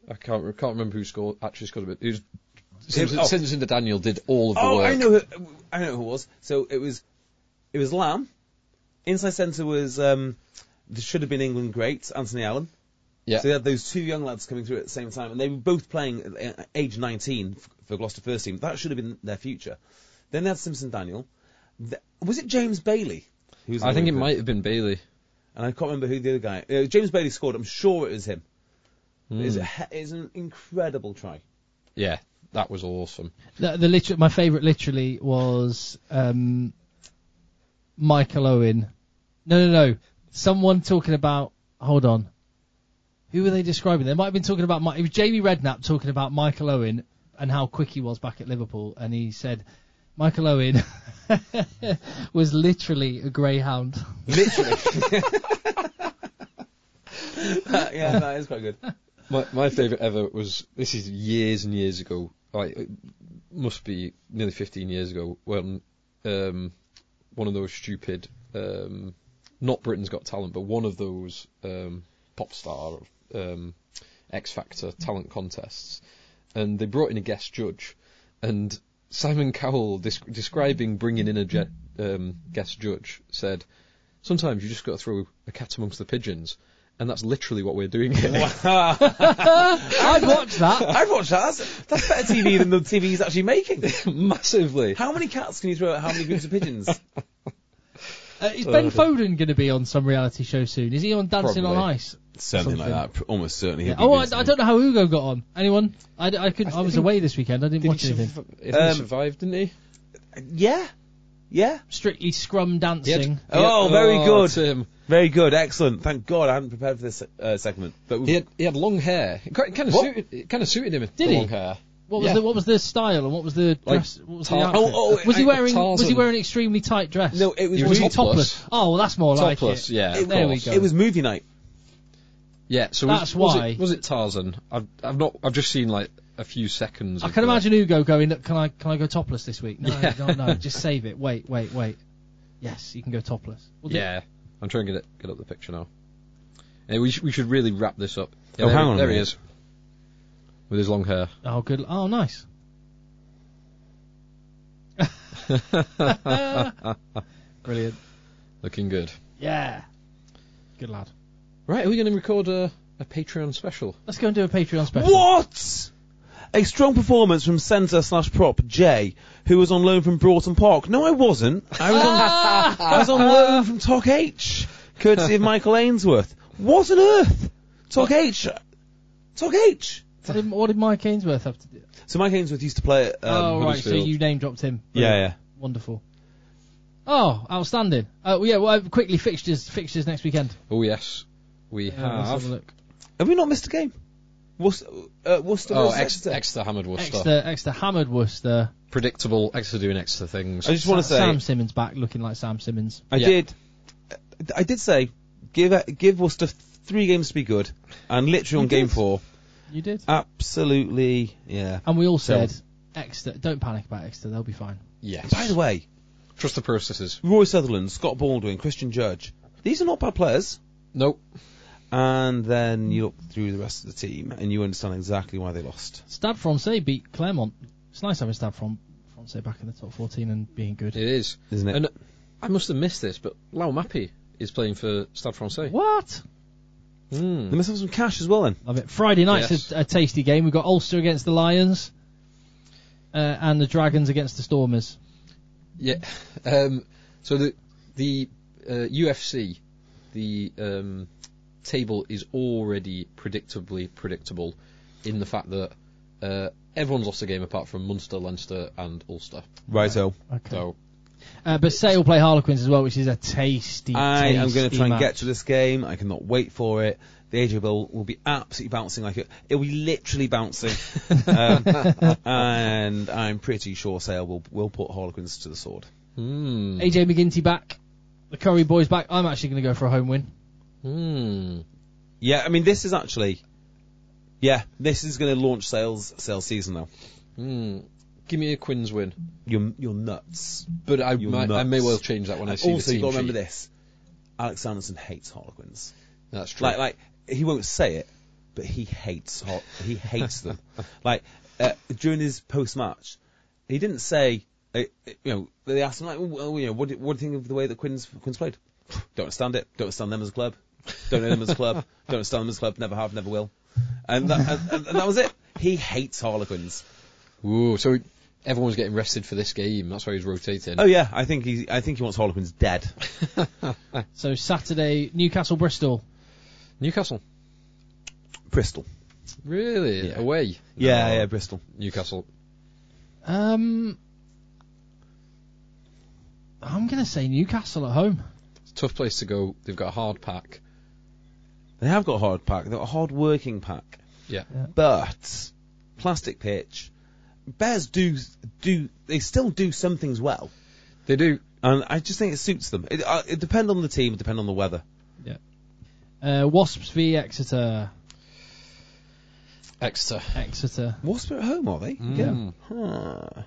I can't re- can't remember who scored actually scored it. It was Simpson,
oh.
Simpson to Daniel did all of the
oh,
work.
I know. Who, I know who it was. So it was, it was Lamb. Inside centre was um, there should have been England great Anthony Allen.
Yeah.
So they had those two young lads coming through at the same time, and they were both playing at uh, age 19 f- for Gloucester first team. That should have been their future. Then they had Simpson Daniel. Th- was it James Bailey? Who was
I think it
the-
might have been Bailey.
And I can't remember who the other guy. Uh, James Bailey scored. I'm sure it was him. It,
Hmm.
was a, he- it was an incredible try.
Yeah, that was awesome.
The, the liter- my favourite literally was um, Michael Owen. No, no, no. Someone talking about. Hold on. Who were they describing? They might have been talking about. Mi- It was Jamie Redknapp talking about Michael Owen and how quick he was back at Liverpool, and he said Michael Owen [LAUGHS] was literally a greyhound.
Literally.
[LAUGHS]
yeah, that is quite good.
My my favourite ever was this is years and years ago. Like it must be nearly 15 years ago when um, one of those stupid, um, not Britain's Got Talent, but one of those um, pop star um, X Factor talent contests, and they brought in a guest judge, and Simon Cowell desc describing bringing in a jet, um, guest judge said, "Sometimes you just got to throw a cat amongst the pigeons." And that's literally what we're doing here.
I'd watch that.
I've watched that. That's, that's better TV than the TV he's actually [LAUGHS] making.
massively.
How many cats can you throw at how many groups of pigeons?
Uh,
[LAUGHS]
is Ben Foden going to be on some reality show soon? Is he on Dancing on
Probably.
Ice?
[LAUGHS] Something,
Something.
like that. Almost certainly.
Oh, I, I don't know how Hugo got on. Anyone? I, I couldn't. I, was away this weekend. I didn't
Did
watch
he,
anything.
surv- I think
Um,
he survived, didn't he?
Yeah. Yeah.
Strictly scrum dancing.
He had-
Oh, very good.
Tim.
Very good. Excellent. Thank God I hadn't prepared for this uh, segment. But
He had, he had long hair. It kind of
What?
suited, it kind of suited him. Did
he?
Long hair.
What was
Yeah.
the What was the style and what was the
Like
dress? What was, the
tar-
outfit?
Oh, oh,
was he
I-
wearing Was he
Tarzan.
wearing an extremely tight dress?
no, it was,
He was
movie,
hot-
topless.
Topless.
Oh, well, that's more
Topless,
like it.
yeah, of
there we
course.
go.
it was movie night.
Yeah. So
That's
was, was
why.
it, was it Tarzan? I've, I've not. I've just seen like a few seconds.
I
of
can
the-
imagine Hugo going. "Look, Can I Can I go topless this week?
[LAUGHS]
No, no, no. Just save it. Wait, wait, wait. Yes, you can go topless. We'll do-
Yeah. I'm trying to get it, get up the picture now. Hey, we, sh- we should really wrap this up. Yeah,
Oh,
there,
hang on a
There he
minute.
is. With his long hair.
Oh, good. Oh,
[LAUGHS]
nice. [LAUGHS] Brilliant.
Looking good.
Yeah. Good lad.
Right. Are we going to record a, a Patreon special?
Let's go and do a Patreon special.
What? A strong performance from centre slash prop Jay, who was on loan from Broughton Park. No, I wasn't. I was on, I was on loan from Toc H, courtesy of Michael Ainsworth. What on earth? Toc H. Toc H.
What did, what did Mike Ainsworth have to do?
So Mike Ainsworth used to play at. Um,
oh, right. So
Huddersfield.
you name dropped him.
Yeah, yeah.
Wonderful. Oh, outstanding. Uh, yeah, well, uh, quickly fixtures fixtures next weekend.
Oh yes. We
Uh,
Ah,
let's have a
have.
look.
Have we not missed a game? Worcester. Uh, Worcester
Oh,
versus
Ex-
Exeter.
Exeter hammered Worcester.
Exeter, Exeter hammered Worcester.
predictable Exeter doing Exeter things.
I just want to say,
Sam Simmons back looking like Sam Simmons.
I
Yeah.
did, I did say, give uh, give Worcester three games to be good, and literally on game four,
You did.
absolutely, yeah.
And we all
So-
said Exeter. Don't panic about Exeter. They'll be fine.
yes.
By the way,
trust the processes.
Roy Sutherland, Scott Baldwin, Christian Judge, these are not bad players.
Nope.
And then you look through the rest of the team, and you understand exactly why they lost.
Stade Francais beat Clermont. It's nice having Stade Fran- Ponce back in the top 14 and being good.
It is,
Isn't it?
And uh, I must have missed this, but Lau Mappi is playing for Stade Francais.
What?
Mm.
They must have some cash as well then.
Love it. Friday night's
Yes.
a, a tasty game. We've got Ulster against the Lions uh, and the Dragons against the Stormers.
Yeah. [LAUGHS] Um, so the the uh, UFC, the um, table is already predictably predictable in the fact that uh, everyone's lost a game apart from Munster, Leinster, and Ulster.
Righto.
Okay.
So
Uh, but Sale play Harlequins as well, which is a tasty.
I am going to
tasty
try and
match.
get to this game. I cannot wait for it. The AJ Bowl will be absolutely bouncing like it. It will be literally bouncing. um, and I'm pretty sure Sale will will put Harlequins to the sword.
hmm,
AJ McGinty back, the Curry boys back. I'm actually going to go for a home win.
hmm.
Yeah, I mean this is actually, yeah, this is going to launch Sale's Sale season now.
Give me a Quins win,
You're you're nuts.
but I
You're
might, I may
nuts.
well change that when I
And
see
also,
the
you've
team
got to remember
sheet.
this: Alex Anderson hates Harlequins.
That's true.
Like, like he won't say it, but he hates Har- he hates [LAUGHS] them. Like uh, during his post match, he didn't say. Uh, you know, they asked him like, well, you know, what do, what do you think of the way that Quinn's Quinn's played? [SIGHS] Don't understand it. Don't understand them as a club. Don't know them as a [LAUGHS] club. Don't understand them as a club. Never have. Never will. And that, and- and, and that was it. He hates Harlequins.
Ooh, so everyone's getting rested for this game. That's why he's rotating.
Oh yeah, I think he I think he wants Harlequins [LAUGHS] dead.
So Saturday, Newcastle Bristol.
Newcastle,
Bristol. Oh.
really
Yeah.
away.
Yeah,
No,
yeah, Bristol.
Newcastle.
Um, I'm going to say Newcastle at home.
It's a tough place to go. They've got a hard pack.
They have got a hard pack. They've got a hard working pack.
Yeah.
but plastic pitch. Bears do do they still do some things well,
They do.
and I just think it suits them. It, uh, it depend on the team, it depend on the weather.
Yeah. Uh, Wasps v Exeter.
Exeter.
Exeter.
Wasps are at home, are they?
Mm.
Yeah. Huh.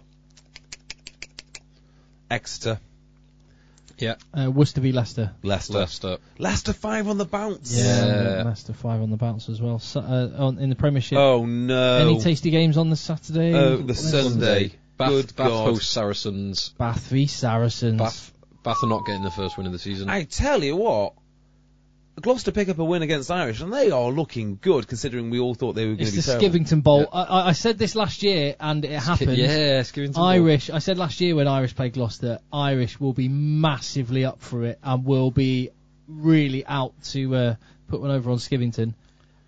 Exeter,
Yeah.
Uh, Worcester v Leicester.
Leicester,
Leicester.
Leicester five on the bounce.
Yeah.
Leicester five on the bounce as well. So, uh, on, in the Premiership.
Oh no.
Any tasty games on the Saturday?
Oh, the
Let's-
Sunday.
Bath,
Good
Bath
God.
host Saracens.
Bath v Saracens.
Bath, Bath are not getting the first win of the season.
I tell you what. Gloucester pick up a win against Irish, and they are looking good considering we all thought they were going
It's
to
the
be terrible.
Skivington Bowl. I I, I said this last year, and it happened.
[LAUGHS] Yeah, Skivington. Ball.
Irish. I said last year when Irish played Gloucester, Irish will be massively up for it and will be really out to uh, put one over on Skivington.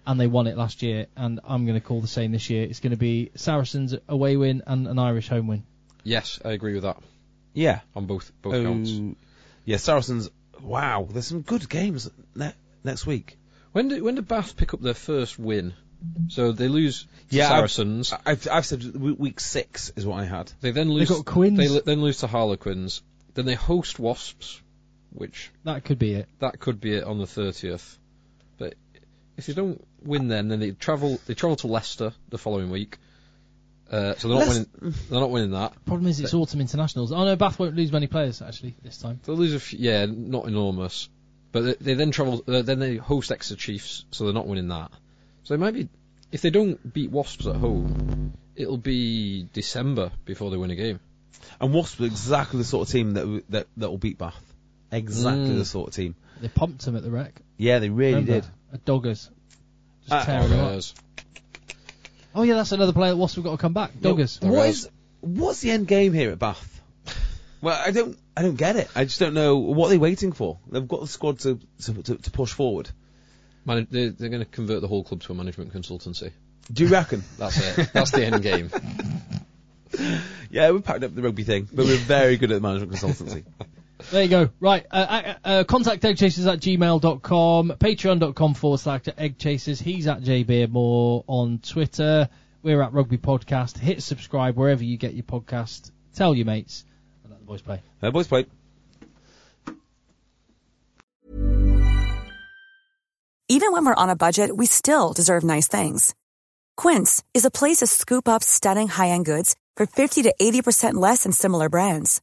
And they won it last year, and I'm going to call the same this year. It's going to be Saracens away win and an Irish home win.
Yes, I agree with that
Yeah.
on both both counts.
Oh, Yeah, Saracens. Wow, there's some good games ne- next week.
When did when did Bath pick up their first win? So they lose to
Yeah, I've-
Saracens.
I've, I've said w- week six is what I had.
they then lose.
got Quins.
They li- then lose to Harlequins. Then they host Wasps, which
That could be it.
that could be it on the thirtieth. But if they don't win, then then they travel they travel to Leicester the following week. Uh, so they're not
Leic-
winning. They're not winning that.
Problem is, it's autumn internationals. Oh no, Bath won't lose many players actually this time.
They'll lose a few, yeah, not enormous. But they, they then travel, uh, then they host Exeter Chiefs, so they're not winning that. So they might be, if they don't beat Wasps at home, it'll be December before they win a game.
And Wasps are exactly the sort of team that w- that that will beat Bath. Exactly
Mm.
the sort of team.
They pumped him at the wreck.
Yeah, they really
Remember?
did.
At Doggers. Just
Uh,
tearing him up.
Whereas-
Oh yeah, that's another player that Wasp have got to come back. Doggers.
What is what's the end game here at Bath? Well, I don't I don't get it. I just don't know what they're waiting for. They've got the squad to to, to, to push forward.
man, they're, they're going to convert the whole club to a management consultancy.
Do you [LAUGHS] reckon?
That's it. That's the end game.
yeah, we packed up the rugby thing, but we're very good at management [LAUGHS] consultancy.
There you go. Right. Uh, uh, uh, contact eggchasers at gmail.com, patreon.com forward slash eggchasers. He's at jbeardmore on Twitter. We're at Rugby Podcast. Hit subscribe wherever you get your podcast. Tell your mates. And let the boys play.
Uh, boys, play.
Even when we're on a budget, we still deserve nice things. Quince is a place to scoop up stunning high-end goods for 50 to 80% less than similar brands.